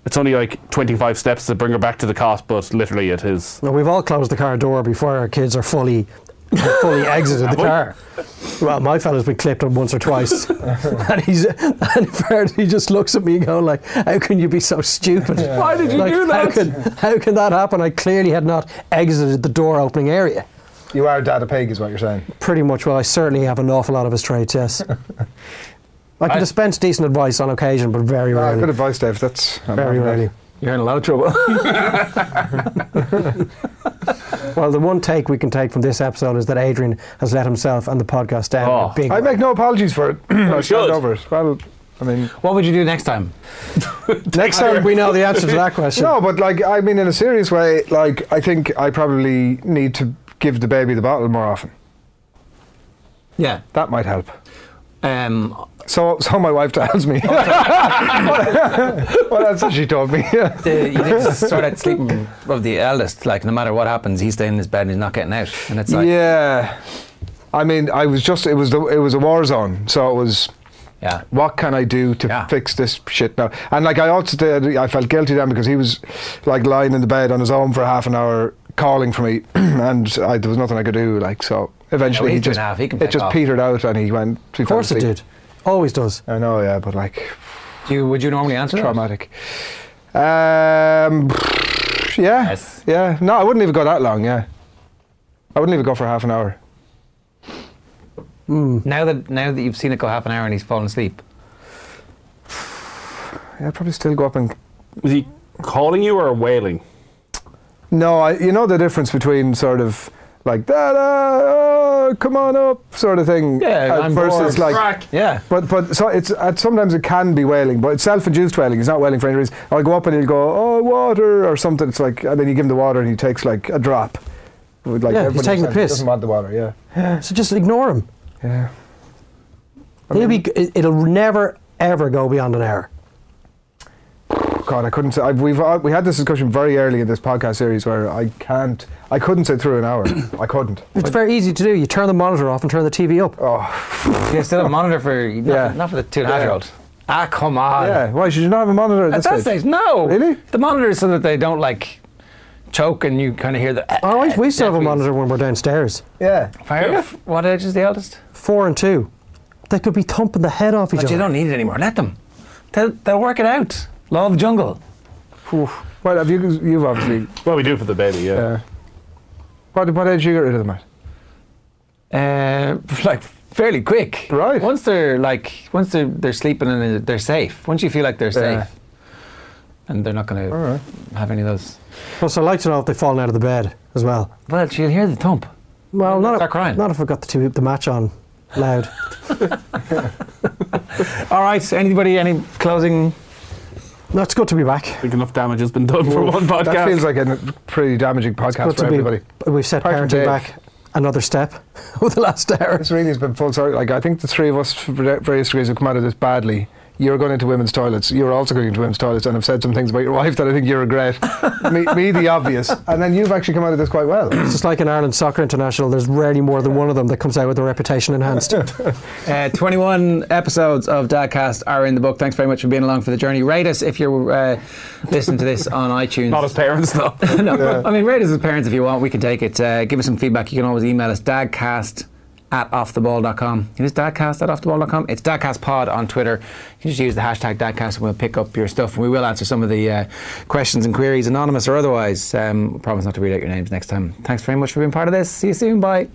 Speaker 5: It's only like 25 steps to bring her back to the cot, but literally it is.
Speaker 1: Well, we've all closed the car door before our kids are fully fully exited the
Speaker 5: we?
Speaker 1: car. Well, my fella's been clipped on once or twice, and he's and apparently he just looks at me and go like, "How can you be so stupid? Why did you do that? How can, how can that happen? I clearly had not exited the door opening area.
Speaker 3: You are data pig, is what you're saying.
Speaker 1: Pretty much. Well, I certainly have an awful lot of his traits. Yes, I can dispense decent advice on occasion, but very
Speaker 3: Ah,
Speaker 1: rarely.
Speaker 3: good advice, Dave. That's I'm
Speaker 1: very
Speaker 3: happy with
Speaker 1: rarely.
Speaker 3: that.
Speaker 6: You're in a lot of trouble.
Speaker 1: Well, the one take we can take from this episode is that Adrian has let himself and the podcast down.
Speaker 5: Oh.
Speaker 1: a big
Speaker 3: I
Speaker 1: way.
Speaker 3: make no apologies for it. I stand
Speaker 5: should.
Speaker 3: over it. Well, I mean,
Speaker 6: what would you do next time?
Speaker 3: next
Speaker 1: I
Speaker 3: time
Speaker 1: think we know the answer to that question.
Speaker 3: No, but like I mean, in a serious way, like I think I probably need to give the baby the bottle more often.
Speaker 6: Yeah.
Speaker 3: That might help.
Speaker 6: Um,
Speaker 3: So, so my wife tells me. well, that's what she told me. Yeah.
Speaker 6: the, you need to sort out sleeping of the eldest. Like, no matter what happens, he's staying in his bed and he's not getting out. And it's like, yeah.
Speaker 3: yeah. I mean, I was just it was the, it was a war zone, so it was what can I do to
Speaker 6: Yeah.
Speaker 3: fix this shit now? And like I also did, I felt guilty then because he was like lying in the bed on his own for half an hour calling for me, and I, there was nothing I could do. Like so, eventually
Speaker 6: he's
Speaker 3: he
Speaker 6: doing
Speaker 3: just
Speaker 6: half, he can
Speaker 3: it
Speaker 6: fuck
Speaker 3: just
Speaker 6: off.
Speaker 3: petered out and he went. He
Speaker 1: Of course it did. Always does.
Speaker 3: I know, yeah, but like
Speaker 6: Do you, would you normally answer that?
Speaker 3: traumatic. Um, yeah,
Speaker 6: Yes.
Speaker 3: yeah. No, I wouldn't even go that long. Yeah, I wouldn't even go for half an hour.
Speaker 6: Now that now that you've seen it go half an hour and he's fallen asleep.
Speaker 3: Yeah, I'd probably still go up and
Speaker 5: Is he calling you or wailing?
Speaker 3: No, I, you know the difference between sort of like da da, oh, come on up, sort of thing. uh,
Speaker 6: Yeah, I'm
Speaker 3: versus
Speaker 6: bored.
Speaker 3: like.
Speaker 6: Yeah.
Speaker 3: But but so it's uh, sometimes it can be wailing, but it's self-induced wailing. It's not wailing for any reason. I'll go up and he'll go, oh water or something. It's like and then you give him the water and he takes like a drop. With, like,
Speaker 1: Yeah, he's
Speaker 3: everybody
Speaker 1: taking the
Speaker 3: said he
Speaker 1: piss.
Speaker 3: Doesn't want the water. Yeah.
Speaker 1: So just ignore him.
Speaker 3: Yeah.
Speaker 1: It'll be. It'll never ever go beyond an hour.
Speaker 3: God, I couldn't. Say, I, we've uh, we had this discussion very early in this podcast series where I can't. I couldn't sit through an hour. I couldn't.
Speaker 1: It's very easy to do. You turn the monitor off and turn the TV up.
Speaker 6: You still have a monitor for not,
Speaker 3: Yeah.
Speaker 6: not for the two and a half year old. Ah, come on.
Speaker 3: Yeah. Why should you not have a monitor at,
Speaker 6: At
Speaker 3: this
Speaker 6: that
Speaker 3: stage?
Speaker 6: stage, no.
Speaker 3: Really?
Speaker 6: The monitor is so that they don't like choke and you kind of hear the.
Speaker 1: Oh, I, we still have a monitor when we're downstairs.
Speaker 3: Yeah.
Speaker 6: Fire. What age is the eldest?
Speaker 1: Four and two. They could be thumping the head off each
Speaker 6: But
Speaker 1: other.
Speaker 6: you don't need it anymore. Let them. They'll, they'll work it out. Law of the jungle.
Speaker 3: Well, have you? You've obviously.
Speaker 5: Well, we do for the baby, yeah.
Speaker 3: Uh, what, what age you get rid of them at?
Speaker 6: Uh, like fairly quick.
Speaker 3: Right.
Speaker 6: Once they're like, once they're they're sleeping and they're safe. Once you feel like they're
Speaker 3: Yeah.
Speaker 6: safe, and they're not going
Speaker 3: right.
Speaker 6: to have any of those.
Speaker 1: Plus, I'd like to know if they've fallen out of the bed as well.
Speaker 6: Well, she'll hear the thump.
Speaker 1: Well, not
Speaker 6: Start crying.
Speaker 1: Not if I got the, TV the match on loud.
Speaker 6: All right. Anybody? Any closing?
Speaker 1: no, it's good to be back.
Speaker 5: I think enough damage has been done for one podcast.
Speaker 3: That feels like a pretty damaging podcast
Speaker 1: Good
Speaker 3: for
Speaker 1: to
Speaker 3: everybody.
Speaker 1: be. We've set
Speaker 3: Apart from
Speaker 1: parenting
Speaker 3: Dave.
Speaker 1: back another step over the last hour.
Speaker 3: This really has been full circle. Like I think the three of us, for various degrees, have come out of this badly. You're going into women's toilets. You're also going into women's toilets, and have said some things about your wife that I think you regret. me, me, the obvious, and then you've actually come out of this quite well.
Speaker 1: It's just like in Ireland Soccer International, there's rarely more than one of them that comes out with their reputation enhanced.
Speaker 6: Uh, 21 episodes of Dadcast are in the book. Thanks very much for being along for the journey. Rate us if you're uh, listening to this on iTunes.
Speaker 5: Not as parents, though.
Speaker 6: no, I mean, rate us as parents if you want. We can take it. Uh, give us some feedback. You can always email us dadcast at offtheball.com. It is dadcast at offtheball.com. It's dadcastpod on Twitter. You can just use the hashtag dadcast and we'll pick up your stuff and we will answer some of the uh, questions and queries, anonymous or otherwise. Um, promise not to read out your names next time. Thanks very much for being part of this. See you soon. Bye.